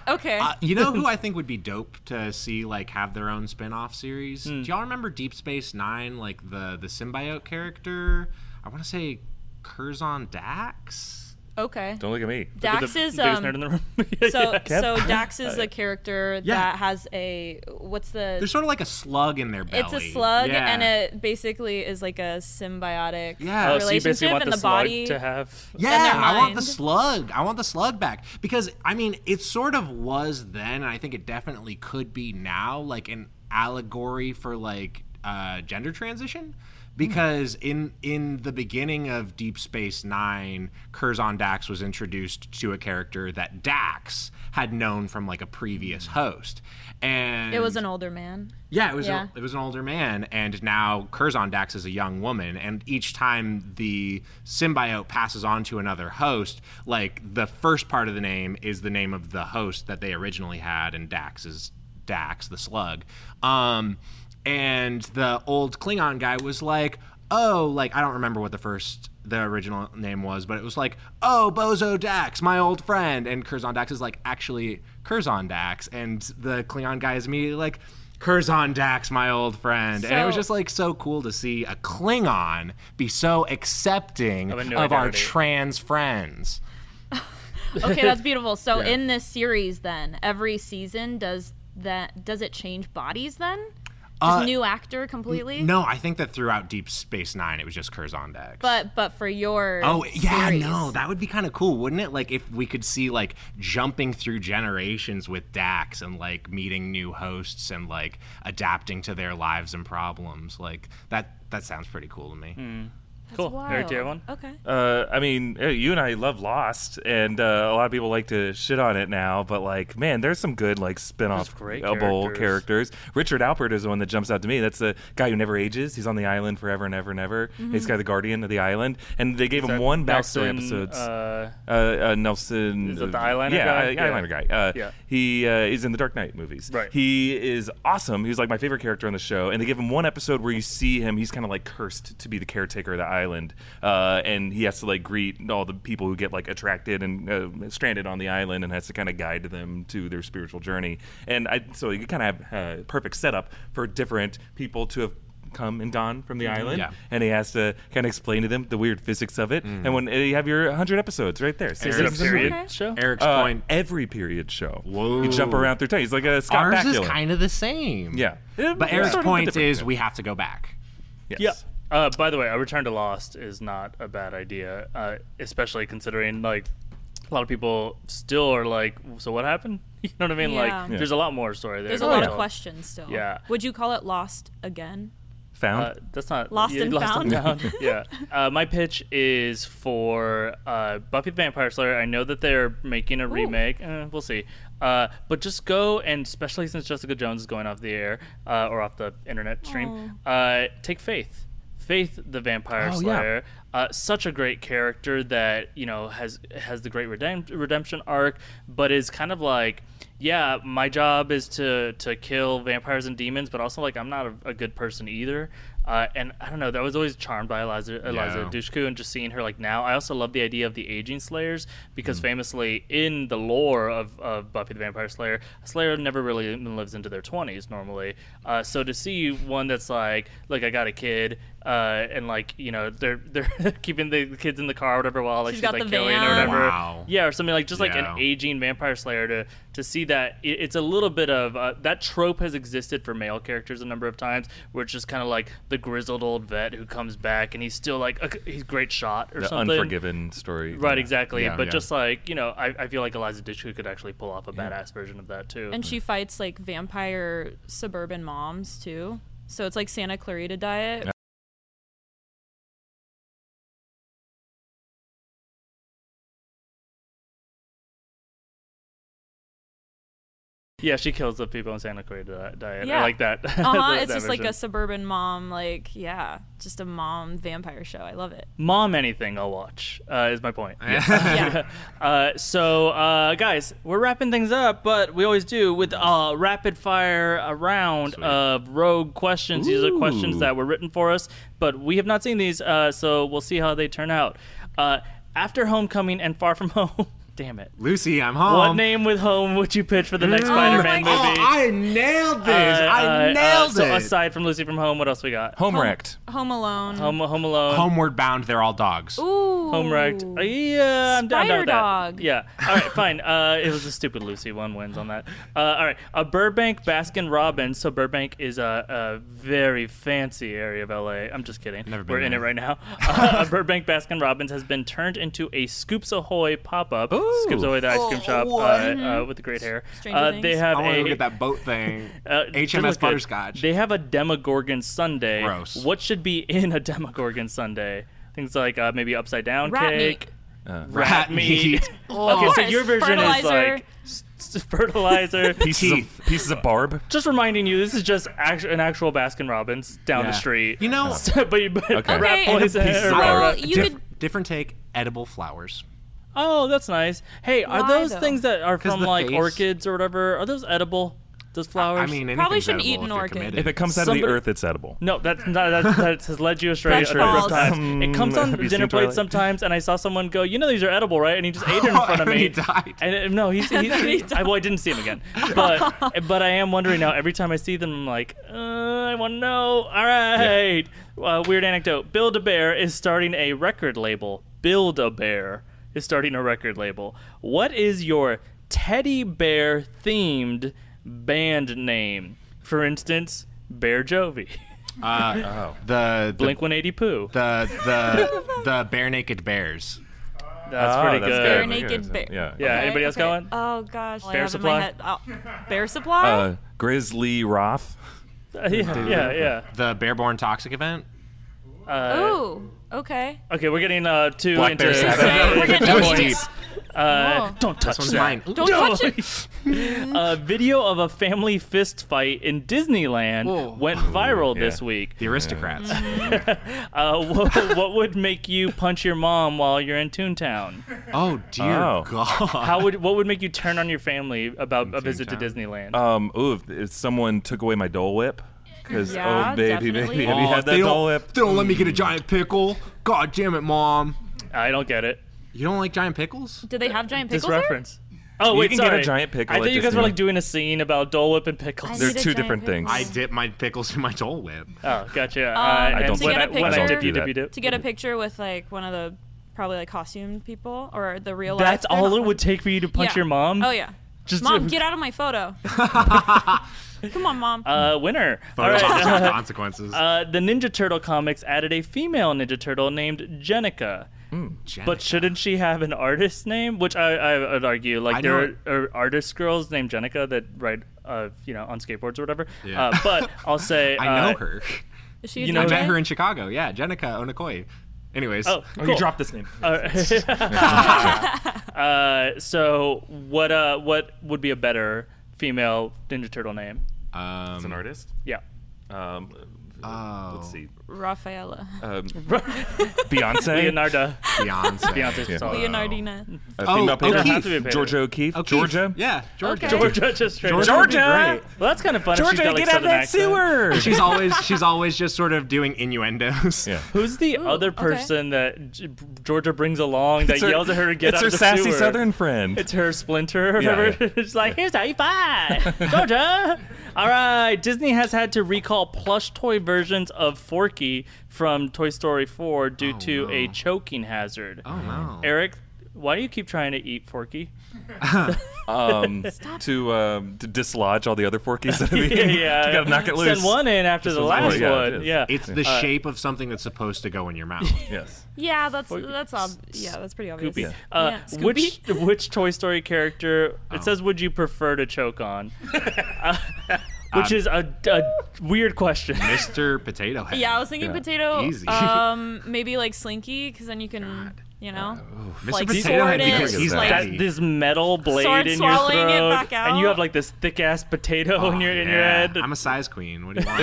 Speaker 4: okay.
Speaker 3: Uh, you know who I think would be dope to see like have their own spin-off series?
Speaker 4: Hmm.
Speaker 3: Do y'all remember Deep Space Nine? Like the the symbiote character, I want to say Curzon Dax.
Speaker 4: okay.
Speaker 2: Don't look at me.
Speaker 4: Dax
Speaker 1: the
Speaker 4: is
Speaker 1: biggest
Speaker 4: um.
Speaker 1: nerd in the room.
Speaker 4: so
Speaker 1: Yeah.
Speaker 4: so Dax is a character
Speaker 3: Yeah.
Speaker 4: that has a what's the.
Speaker 3: They're sort of like a slug in their belly.
Speaker 4: it's a slug,
Speaker 3: Yeah.
Speaker 4: and it basically is like a symbiotic
Speaker 3: Yeah.
Speaker 1: Oh,
Speaker 3: Uh,
Speaker 1: so you basically
Speaker 4: relationship,
Speaker 1: want
Speaker 4: and
Speaker 1: the,
Speaker 4: the,
Speaker 1: slug
Speaker 4: body.
Speaker 1: to have.
Speaker 3: Yeah,
Speaker 4: their
Speaker 3: I want the
Speaker 4: mind.
Speaker 3: slug. I want the slug back because I mean, it sort of was then, and I think it definitely could be now, like an allegory for like uh, gender transition.
Speaker 4: Hmm.
Speaker 3: Because in in the beginning of Deep Space Nine, Curzon Dax was introduced to a character that Dax had known from like a previous host, and
Speaker 4: Hmm. It was an older man.
Speaker 3: yeah, it was
Speaker 4: Yeah.
Speaker 3: A, it was an older man, and now Curzon Dax is a young woman, and each time the symbiote passes on to another host, like the first part of the name is the name of the host that they originally had, and Dax is Dax the Slug. Um, and the old Klingon guy was like, oh, like I don't remember what the first the original name was, but it was like, oh, Bozo Dax, my old friend, and Curzon Dax is like actually Curzon Dax, and the Klingon guy is immediately like. Curzon Dax, my old friend, and it was
Speaker 4: So-
Speaker 3: just like so cool to see a Klingon be so accepting
Speaker 1: Of a
Speaker 3: of,
Speaker 1: new
Speaker 3: our
Speaker 1: identity.
Speaker 3: trans friends.
Speaker 4: okay, that's beautiful. So in this series, then every season does that does it change bodies then?
Speaker 1: Uh,
Speaker 4: Just new actor completely.
Speaker 3: No, I think that throughout Deep Space Nine, it was just Curzon Dax.
Speaker 4: but but for your
Speaker 3: Oh yeah,
Speaker 4: series.
Speaker 3: no, that would be kind of cool, wouldn't it? Like if we could see like jumping through generations with Dax and like meeting new hosts and like adapting to their lives and problems. Like that that sounds pretty cool to me.
Speaker 1: cool. Harry, do you have
Speaker 4: Wild.
Speaker 1: one?
Speaker 4: Okay.
Speaker 2: Uh, I mean, eh, you and I love Lost, and uh, a lot of people like to shit on it now. But like, man, there's some good like spin-off
Speaker 1: great
Speaker 2: able
Speaker 1: characters.
Speaker 2: characters. Richard Alpert is the one that jumps out to me. That's the guy who never ages. He's on the island forever and ever and ever. He's kind of the guardian of the island, and they gave him
Speaker 1: That
Speaker 2: one backstory
Speaker 1: Nelson,
Speaker 2: episode.
Speaker 1: Uh,
Speaker 2: uh, uh, Nelson.
Speaker 1: Is that the
Speaker 2: uh,
Speaker 1: eyeliner
Speaker 2: yeah,
Speaker 1: guy?
Speaker 2: eye-
Speaker 1: Yeah.
Speaker 2: eyeliner guy. Uh,
Speaker 1: Yeah.
Speaker 2: He uh, is in the Dark Knight movies.
Speaker 1: Right.
Speaker 2: He is awesome. He's like my favorite character on the show. And they give him one episode where you see him. He's kind of like cursed to be the caretaker of the island, uh, and he has to like greet all the people who get like attracted and uh, stranded on the island, and has to kind of guide them to their spiritual journey. And I, so you kind of have uh, perfect setup for different people to have come and gone from
Speaker 1: Mm-hmm.
Speaker 2: the island
Speaker 3: Yeah.
Speaker 2: and he has to kind of explain to them the weird physics of it and when and you have your 100 episodes right there
Speaker 1: is it a
Speaker 2: Seasons.
Speaker 1: period
Speaker 4: Okay.
Speaker 1: show?
Speaker 3: Eric's
Speaker 2: Uh,
Speaker 3: point.
Speaker 2: every period show.
Speaker 3: Whoa.
Speaker 2: You jump around through time. He's like a Scott
Speaker 3: Ours is
Speaker 2: Bakula.
Speaker 3: kind of the same.
Speaker 2: yeah.
Speaker 3: But Eric's point is we have to go back.
Speaker 2: Yes.
Speaker 1: Yeah. Uh, by the way, a return to Lost is not a bad idea, uh, especially considering like a lot of people still are like, "So what happened?" You know what I mean?
Speaker 4: Yeah.
Speaker 1: Like,
Speaker 4: Yeah.
Speaker 1: there's a lot more story there.
Speaker 4: There's
Speaker 1: to
Speaker 4: a lot
Speaker 1: tell.
Speaker 4: of questions still.
Speaker 1: Yeah.
Speaker 4: Would you call it Lost again?
Speaker 2: Found.
Speaker 1: Uh, that's not
Speaker 4: Lost and Found?
Speaker 1: yeah. Uh, my pitch is for uh, Buffy the Vampire Slayer. I know that they're making a remake. Uh, we'll see. Uh, but just go and, especially since Jessica Jones is going off the air uh, or off the internet stream,
Speaker 4: Oh.
Speaker 1: uh, take Faith. Faith the Vampire
Speaker 2: Oh, yeah.
Speaker 1: Slayer, uh, such a great character that you know has has the great redemp- redemption arc, but is kind of like, yeah, my job is to to kill vampires and demons, but also like I'm not a, a good person either. Uh, and I don't know, that was always charmed by Eliza Eliza
Speaker 3: Yeah.
Speaker 1: Dushku and just seeing her like now. I also love the idea of the aging slayers because famously in the lore of, of Buffy the Vampire Slayer, a slayer never really even lives into their 20s normally. Uh, so to see one that's like, look, I got a kid, uh, and like, you know, they're they're keeping the kids in the car or whatever while like
Speaker 4: She's
Speaker 1: she's,
Speaker 4: got
Speaker 1: like
Speaker 4: the
Speaker 1: killing or
Speaker 4: van.
Speaker 1: whatever.
Speaker 3: Wow.
Speaker 1: Yeah, or something like just like
Speaker 3: Yeah.
Speaker 1: an aging vampire slayer to to see that it, it's a little bit of uh, that trope has existed for male characters a number of times where it's just kind of like the grizzled old vet who comes back and he's still like a, he's a great shot or
Speaker 2: the
Speaker 1: something.
Speaker 2: Unforgiven story.
Speaker 1: Right,
Speaker 2: Yeah.
Speaker 1: exactly.
Speaker 3: Yeah,
Speaker 1: but
Speaker 3: yeah.
Speaker 1: just like you know, I, I feel like Eliza Dushku could actually pull off a badass version of that too.
Speaker 4: And she fights like vampire suburban moms too. So it's like Santa Clarita diet.
Speaker 1: yeah, she kills the people in Santa Clarita Di- Diet. I
Speaker 4: Yeah.
Speaker 1: like that.
Speaker 4: Uh huh.
Speaker 1: that-
Speaker 4: it's
Speaker 1: that
Speaker 4: just like a
Speaker 1: version.
Speaker 4: suburban mom, like yeah, just a mom vampire show. I love it.
Speaker 1: mom anything I'll watch. Uh, is my point.
Speaker 4: Yeah.
Speaker 1: uh, so, uh, guys, we're wrapping things up, but we always do with uh, rapid fire a round of rogue questions. These are questions
Speaker 3: Ooh.
Speaker 1: that were written for us, but we have not seen these, uh, so we'll see how they turn out. Uh, after Homecoming and Far From Home, damn it.
Speaker 3: Lucy, I'm home.
Speaker 1: What name with home would you pitch for the next Spider-Man
Speaker 3: Um, oh,
Speaker 1: movie?
Speaker 3: I nailed this.
Speaker 1: Uh,
Speaker 3: I
Speaker 1: uh,
Speaker 3: nailed
Speaker 1: uh, so
Speaker 3: it.
Speaker 1: aside from Lucy from Home, what else we got?
Speaker 2: Home wrecked.
Speaker 4: Home Alone.
Speaker 1: Home, home Alone,
Speaker 3: Homeward bound, they're all dogs.
Speaker 4: Ooh.
Speaker 1: Home Wrecked. Uh, yeah, I'm down, down
Speaker 4: Spider
Speaker 1: with
Speaker 4: Dog.
Speaker 1: that. Yeah. All right, fine. Uh, it was a stupid Lucy. One wins on that. Uh, all right. A Burbank Baskin Robbins. So Burbank is a, a very fancy area of LA. I'm just kidding.
Speaker 3: Never been
Speaker 1: We're in it
Speaker 3: there.
Speaker 1: right now. Uh, a Burbank Baskin Robbins has been turned into a Scoops Ahoy pop up.
Speaker 2: Ooh.
Speaker 1: Scoops Ahoy, the ice cream shop uh, uh, with the great hair.
Speaker 4: Oh, Mm-hmm. Stranger
Speaker 1: Uh, they
Speaker 4: Things.
Speaker 1: have
Speaker 3: I want to
Speaker 1: a
Speaker 3: look at that boat thing.
Speaker 1: uh, it does look
Speaker 3: HMS
Speaker 1: good.
Speaker 3: Butterscotch.
Speaker 1: They have a Demogorgon Sunday.
Speaker 3: Gross.
Speaker 1: What should be in a Demogorgon Sunday? Things like uh, maybe upside down
Speaker 4: Rat
Speaker 1: cake,
Speaker 4: meat.
Speaker 1: rat,
Speaker 3: Rat
Speaker 1: meat.
Speaker 3: meat.
Speaker 1: okay, so
Speaker 4: course,
Speaker 1: your version is
Speaker 4: fertilizer.
Speaker 1: like s- s- fertilizer.
Speaker 2: Pieces
Speaker 3: Teeth.
Speaker 2: of pieces of barb.
Speaker 1: just reminding you, this is just act- an actual Baskin Robbins down
Speaker 3: Yeah.
Speaker 1: the street.
Speaker 3: You know-
Speaker 1: So- but, you- but rat
Speaker 2: Okay.
Speaker 4: Okay, and a
Speaker 1: poison.
Speaker 2: piece of
Speaker 1: or rat-
Speaker 2: barb.
Speaker 4: Well,
Speaker 1: rat-
Speaker 4: you
Speaker 3: Dif-
Speaker 4: could
Speaker 3: different take edible flowers.
Speaker 1: oh, that's nice. Hey, are
Speaker 4: Why,
Speaker 1: those
Speaker 4: though?
Speaker 1: things that are
Speaker 3: 'Cause
Speaker 1: from
Speaker 3: the
Speaker 1: like
Speaker 3: face-
Speaker 1: orchids or whatever? Are those edible? Does flowers?
Speaker 3: I mean,
Speaker 4: Probably
Speaker 3: anything's
Speaker 4: shouldn't eat
Speaker 3: edible
Speaker 4: an
Speaker 3: if you're
Speaker 4: orchid.
Speaker 3: committed.
Speaker 2: If it comes out of
Speaker 1: Somebody-
Speaker 2: the earth, it's edible.
Speaker 1: No, that, no, that, that has led you astray
Speaker 4: That's
Speaker 1: a number of
Speaker 4: false.
Speaker 1: times. It comes on
Speaker 2: Have you
Speaker 1: dinner
Speaker 2: seen
Speaker 1: plates
Speaker 2: Twilight?
Speaker 1: sometimes, and I saw someone go, "You know these are edible, right?" And he just ate it in front of
Speaker 3: And
Speaker 1: me.
Speaker 3: he died.
Speaker 1: And uh, no, he's, he's
Speaker 4: then he
Speaker 1: I, well, I didn't see him again. But but I am wondering now. Every time I see them, I'm like, uh, I want to know. All right. Uh, weird anecdote. Build a Bear is starting a record label. Build a Bear is starting a record label. What is your teddy bear themed band name? For instance, Bear Jovi,
Speaker 3: Uh, the, the
Speaker 1: Blink 180 Poo.
Speaker 3: the the the bare naked bears.
Speaker 1: That's
Speaker 2: Oh,
Speaker 1: pretty good.
Speaker 4: Bare
Speaker 2: Okay,
Speaker 4: naked
Speaker 2: so-
Speaker 4: bear.
Speaker 2: Yeah.
Speaker 1: Yeah. anybody else got one?
Speaker 4: Oh gosh. All I
Speaker 1: Bear
Speaker 4: have in my
Speaker 1: Supply?
Speaker 4: head- oh, bear supply.
Speaker 2: Uh, Grizzly Roth.
Speaker 1: Uh, yeah, yeah,
Speaker 3: The Bearborn Toxic event.
Speaker 1: yeah. Uh,
Speaker 4: Ooh. Okay.
Speaker 1: okay, we're getting uh, too
Speaker 3: Black
Speaker 1: into
Speaker 3: Bear Sabbath.
Speaker 4: We're getting
Speaker 3: That was
Speaker 4: into
Speaker 3: deep.
Speaker 4: it.
Speaker 1: Uh,
Speaker 4: Oh.
Speaker 1: Don't touch
Speaker 3: This one's
Speaker 1: that.
Speaker 3: mine.
Speaker 4: Don't touch it.
Speaker 1: A video of a family fist fight in Disneyland
Speaker 3: Whoa.
Speaker 1: went viral this
Speaker 2: yeah.
Speaker 1: week.
Speaker 3: The aristocrats.
Speaker 4: Mm.
Speaker 1: Uh, what, what would make you punch your mom while you're in Toontown?
Speaker 3: Oh dear
Speaker 2: Oh.
Speaker 3: God.
Speaker 1: How would what would make you turn on your family about a visit to
Speaker 3: Toontown?
Speaker 1: Disneyland?
Speaker 2: Um, ooh, if, if someone took away my Dole Whip. Because,
Speaker 4: Yeah,
Speaker 2: oh, baby,
Speaker 4: definitely.
Speaker 2: baby, have you
Speaker 3: Oh,
Speaker 2: had
Speaker 3: they
Speaker 2: that
Speaker 3: don't-
Speaker 2: Dole Whip?
Speaker 3: They don't let me get a giant pickle. God damn it, mom.
Speaker 1: I don't get it.
Speaker 3: You don't like giant pickles?
Speaker 4: Did they have giant
Speaker 1: This
Speaker 4: pickles there?
Speaker 1: reference. Oh wait,
Speaker 2: can get a
Speaker 1: sorry.
Speaker 2: giant pickle
Speaker 1: I
Speaker 2: at
Speaker 1: thought you guys were
Speaker 2: Disneyland.
Speaker 1: like doing a scene about Dole Whip and pickles.
Speaker 2: They're
Speaker 4: need a
Speaker 2: two
Speaker 4: giant
Speaker 2: different
Speaker 4: pickle.
Speaker 2: things.
Speaker 3: I dip my pickles in my Dole Whip.
Speaker 1: Oh, gotcha. Uh, I
Speaker 2: don't
Speaker 1: don't. When
Speaker 2: get
Speaker 1: I,
Speaker 2: a
Speaker 1: when I
Speaker 4: picture-
Speaker 1: dip you, dip you, dip.
Speaker 4: Um, To get a picture with like one of the probably like costume people or the real life.
Speaker 1: That's
Speaker 4: they're
Speaker 1: all
Speaker 4: not-
Speaker 1: it would take for you to punch
Speaker 4: Yeah.
Speaker 1: your mom.
Speaker 4: Oh yeah.
Speaker 1: Just
Speaker 4: Mom, get out of my photo. Come on, mom.
Speaker 1: Uh, winner. All right.
Speaker 3: Phototoxic consequences.
Speaker 1: Uh, the Ninja Turtle comics added a female Ninja Turtle named Jenica. But shouldn't she have an artist name? Which I, I would argue, like
Speaker 3: I
Speaker 1: there
Speaker 3: know-
Speaker 1: are, are artist girls named Jenica that ride, uh, you know, on skateboards or whatever.
Speaker 3: Yeah.
Speaker 1: Uh, but I'll say,
Speaker 3: I know
Speaker 1: uh,
Speaker 3: her.
Speaker 4: Is she a
Speaker 1: you know
Speaker 3: I
Speaker 4: DJ?
Speaker 3: met her in Chicago. Yeah, Jenica Onokoi. Anyways,
Speaker 1: Oh,
Speaker 2: Oh,
Speaker 1: cool.
Speaker 2: you dropped this name.
Speaker 1: Uh, so what? Uh, what would be a better female Ninja Turtle name?
Speaker 2: As an artist?
Speaker 1: Yeah.
Speaker 2: Um,
Speaker 3: oh,
Speaker 2: uh, Let's see.
Speaker 4: Rafaela.
Speaker 2: Um,
Speaker 1: Hey.
Speaker 2: Beyonce?
Speaker 1: Leonardo.
Speaker 3: Beyonce.
Speaker 1: Beyonce's
Speaker 2: Yeah.
Speaker 1: yeah.
Speaker 2: Wow.
Speaker 4: Leonardina.
Speaker 2: A
Speaker 3: Oh,
Speaker 2: female painter.
Speaker 1: O'Keefe. Doesn't have to be a painter.
Speaker 2: Georgia O'Keeffe.
Speaker 3: O'Keefe.
Speaker 2: Georgia.
Speaker 3: Yeah, Georgia.
Speaker 4: Okay.
Speaker 1: Georgia just straight.
Speaker 2: Georgia would be Georgia! great.
Speaker 1: Well, that's kind of fun. if she's got, like, Southern accent.
Speaker 3: She's always she's always just sort of doing innuendos.
Speaker 2: Yeah.
Speaker 1: Who's the other
Speaker 4: okay.
Speaker 1: person that G- Georgia brings along that
Speaker 2: It's her-
Speaker 1: yells at her to get
Speaker 2: it's
Speaker 1: out
Speaker 2: her
Speaker 1: of the
Speaker 2: sassy
Speaker 1: sewer?
Speaker 2: Southern friend.
Speaker 1: It's her splinter or
Speaker 2: Yeah,
Speaker 1: whatever.
Speaker 2: yeah.
Speaker 1: it's like, here's how you fight, Georgia. All right. Disney has had to recall plush toy versions of Forky from Toy Story 4 due
Speaker 2: Oh,
Speaker 1: to a choking hazard.
Speaker 3: Oh no.
Speaker 1: Eric, why do you keep trying to eat Forky?
Speaker 2: um, to um, to dislodge all the other forkies that have eaten. You gotta knock it loose.
Speaker 1: Send one in after the
Speaker 2: is
Speaker 1: last
Speaker 2: one. Yeah, it
Speaker 1: one.
Speaker 2: is.
Speaker 1: Yeah.
Speaker 3: It's the shape of something that's supposed to go in your mouth.
Speaker 2: Yes.
Speaker 4: Yeah, that's that's ob- yeah, that's pretty obvious.
Speaker 1: Goopy.
Speaker 2: Yeah.
Speaker 1: Uh,
Speaker 4: Yeah,
Speaker 1: which which Toy Story character?
Speaker 3: Oh.
Speaker 1: It says, "Would you prefer to choke on?" Uh, which
Speaker 3: Um,
Speaker 1: is a, a weird question.
Speaker 3: Mr. Potato Head.
Speaker 4: Yeah, I was thinking
Speaker 2: Yeah.
Speaker 4: potato.
Speaker 3: Easy.
Speaker 4: Um, maybe like Slinky, because then you can, you know,
Speaker 1: Oh.
Speaker 3: Mr.
Speaker 4: like
Speaker 3: Potato Head
Speaker 4: sword it,
Speaker 3: because he's
Speaker 4: like-
Speaker 1: That, this metal blade
Speaker 4: Sword
Speaker 1: in your throat,
Speaker 4: swallowing it back
Speaker 1: and you
Speaker 4: out.
Speaker 1: have like this thick ass potato in your in your
Speaker 3: Oh, Yeah,
Speaker 1: head.
Speaker 3: I'm a size queen. What do you want?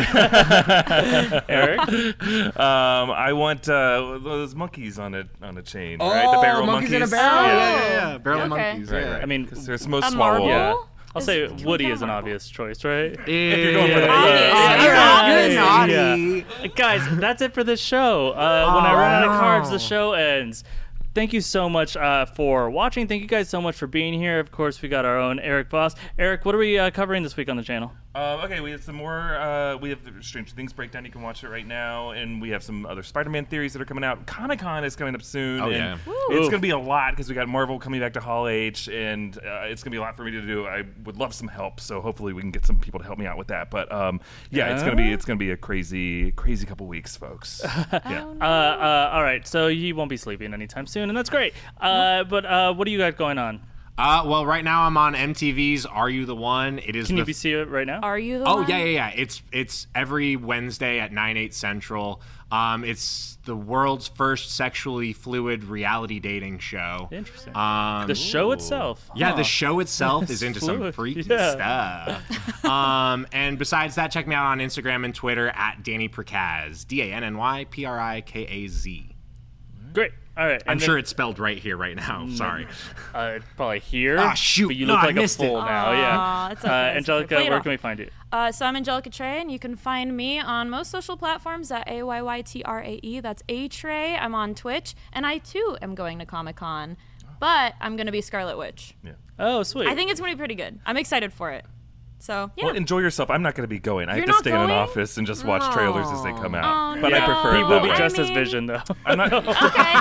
Speaker 1: Eric,
Speaker 2: Um, I want uh, those monkeys on a on a chain, right?
Speaker 5: Oh,
Speaker 2: The barrel
Speaker 5: monkeys in a barrel.
Speaker 2: Yeah.
Speaker 3: yeah, yeah, yeah. Barrel
Speaker 4: Yeah. Okay.
Speaker 3: monkeys.
Speaker 2: Right,
Speaker 3: yeah.
Speaker 2: right.
Speaker 1: I mean,
Speaker 2: Because they're most
Speaker 4: a
Speaker 2: swallowable.
Speaker 4: marble.
Speaker 1: Yeah. I'll
Speaker 4: Is-
Speaker 1: say
Speaker 4: can we
Speaker 1: Woody
Speaker 4: get
Speaker 1: is an
Speaker 4: marble?
Speaker 1: obvious choice, right?
Speaker 3: If
Speaker 1: you're going for the-
Speaker 4: Obvious.
Speaker 1: Obvious.
Speaker 3: naughty.
Speaker 1: Guys, that's it for this show. Uh, when I run out of cards, the show ends. Thank you so much uh, for watching. Thank you guys so much for being here. Of course, we got our own Eric Boss. Eric, what are we uh, covering this week on the channel?
Speaker 2: Uh, okay, we have some more. Uh, we have the Stranger Things breakdown. You can watch it right now, and we have some other Spider-Man theories that are coming out. Comic Con is coming up soon.
Speaker 3: Oh,
Speaker 2: and
Speaker 3: yeah.
Speaker 2: It's
Speaker 1: Oof.
Speaker 2: gonna be a lot because we got Marvel coming back to Hall H, and uh, it's gonna be a lot for me to do. I would love some help, so hopefully we can get some people to help me out with that. But um, yeah, it's gonna be it's gonna be a crazy crazy couple weeks, folks. yeah.
Speaker 1: Uh, uh, all right, so you won't be sleeping anytime soon, and that's great. Uh, but uh, what do you got going on?
Speaker 3: Uh, well, right now I'm on MTV's Are You the One? It is
Speaker 1: Can
Speaker 3: the
Speaker 1: you be see it right now?
Speaker 4: Are you the
Speaker 3: Oh
Speaker 4: one?
Speaker 3: yeah, yeah, yeah. It's it's every Wednesday at nine eight central. Um, it's the world's first sexually fluid reality dating show.
Speaker 1: Interesting.
Speaker 3: Um,
Speaker 1: the show itself.
Speaker 3: yeah,
Speaker 1: huh.
Speaker 3: the show itself is into some
Speaker 1: fluid,
Speaker 3: freaky
Speaker 1: yeah.
Speaker 3: stuff. um, and besides that, check me out on Instagram and Twitter at Danny Prikaz, D A N N Y P R I K A Z.
Speaker 1: Great. All right.
Speaker 3: I'm
Speaker 1: and then- Mm.
Speaker 3: sure it's spelled right here, right now. Sorry.
Speaker 1: uh, probably here.
Speaker 3: Ah, shoot.
Speaker 1: But you
Speaker 3: No,
Speaker 1: look
Speaker 3: I
Speaker 1: like a
Speaker 3: missed it.
Speaker 1: fool now. yeah.
Speaker 4: Aw, it's okay,
Speaker 1: uh,
Speaker 4: it's okay.
Speaker 1: Angelica,
Speaker 4: Play it
Speaker 1: where
Speaker 4: off.
Speaker 1: can we find you?
Speaker 4: Uh, so I'm Angelica Trey, and you can find me on most social platforms at A Y Y T R A E. That's A Trey. I'm on Twitch, and I too am going to Comic Con, but I'm going to be Scarlet Witch.
Speaker 2: Yeah.
Speaker 1: Oh, sweet.
Speaker 4: I think it's going to be pretty good. I'm excited for it. So, yeah.
Speaker 2: Well, enjoy yourself. I'm not going to be going. I
Speaker 4: You're
Speaker 2: have to
Speaker 4: not
Speaker 2: stay in an
Speaker 4: going?
Speaker 2: office and just watch trailers as they come out.
Speaker 4: Oh,
Speaker 2: but I
Speaker 4: no.
Speaker 2: prefer. it
Speaker 4: He
Speaker 1: we'll
Speaker 2: that
Speaker 1: be
Speaker 2: way.
Speaker 1: dressed as
Speaker 4: I mean-
Speaker 1: uh, Vision though.
Speaker 2: I'm not.
Speaker 4: okay.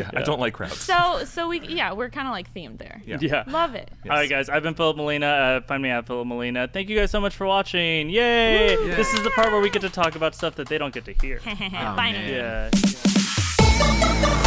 Speaker 4: Okay.
Speaker 2: I don't like crowds.
Speaker 4: So, so we, yeah, we're kind of like themed there.
Speaker 2: yeah.
Speaker 1: yeah.
Speaker 4: Love it.
Speaker 1: All right, guys. I've been Philip Molina. Uh, find me at Philip Molina. Thank you guys so much for watching. Yay! This is the part where we get to talk about stuff that they don't get to hear.
Speaker 4: Bye.
Speaker 3: man.
Speaker 1: yeah.
Speaker 6: Thank you.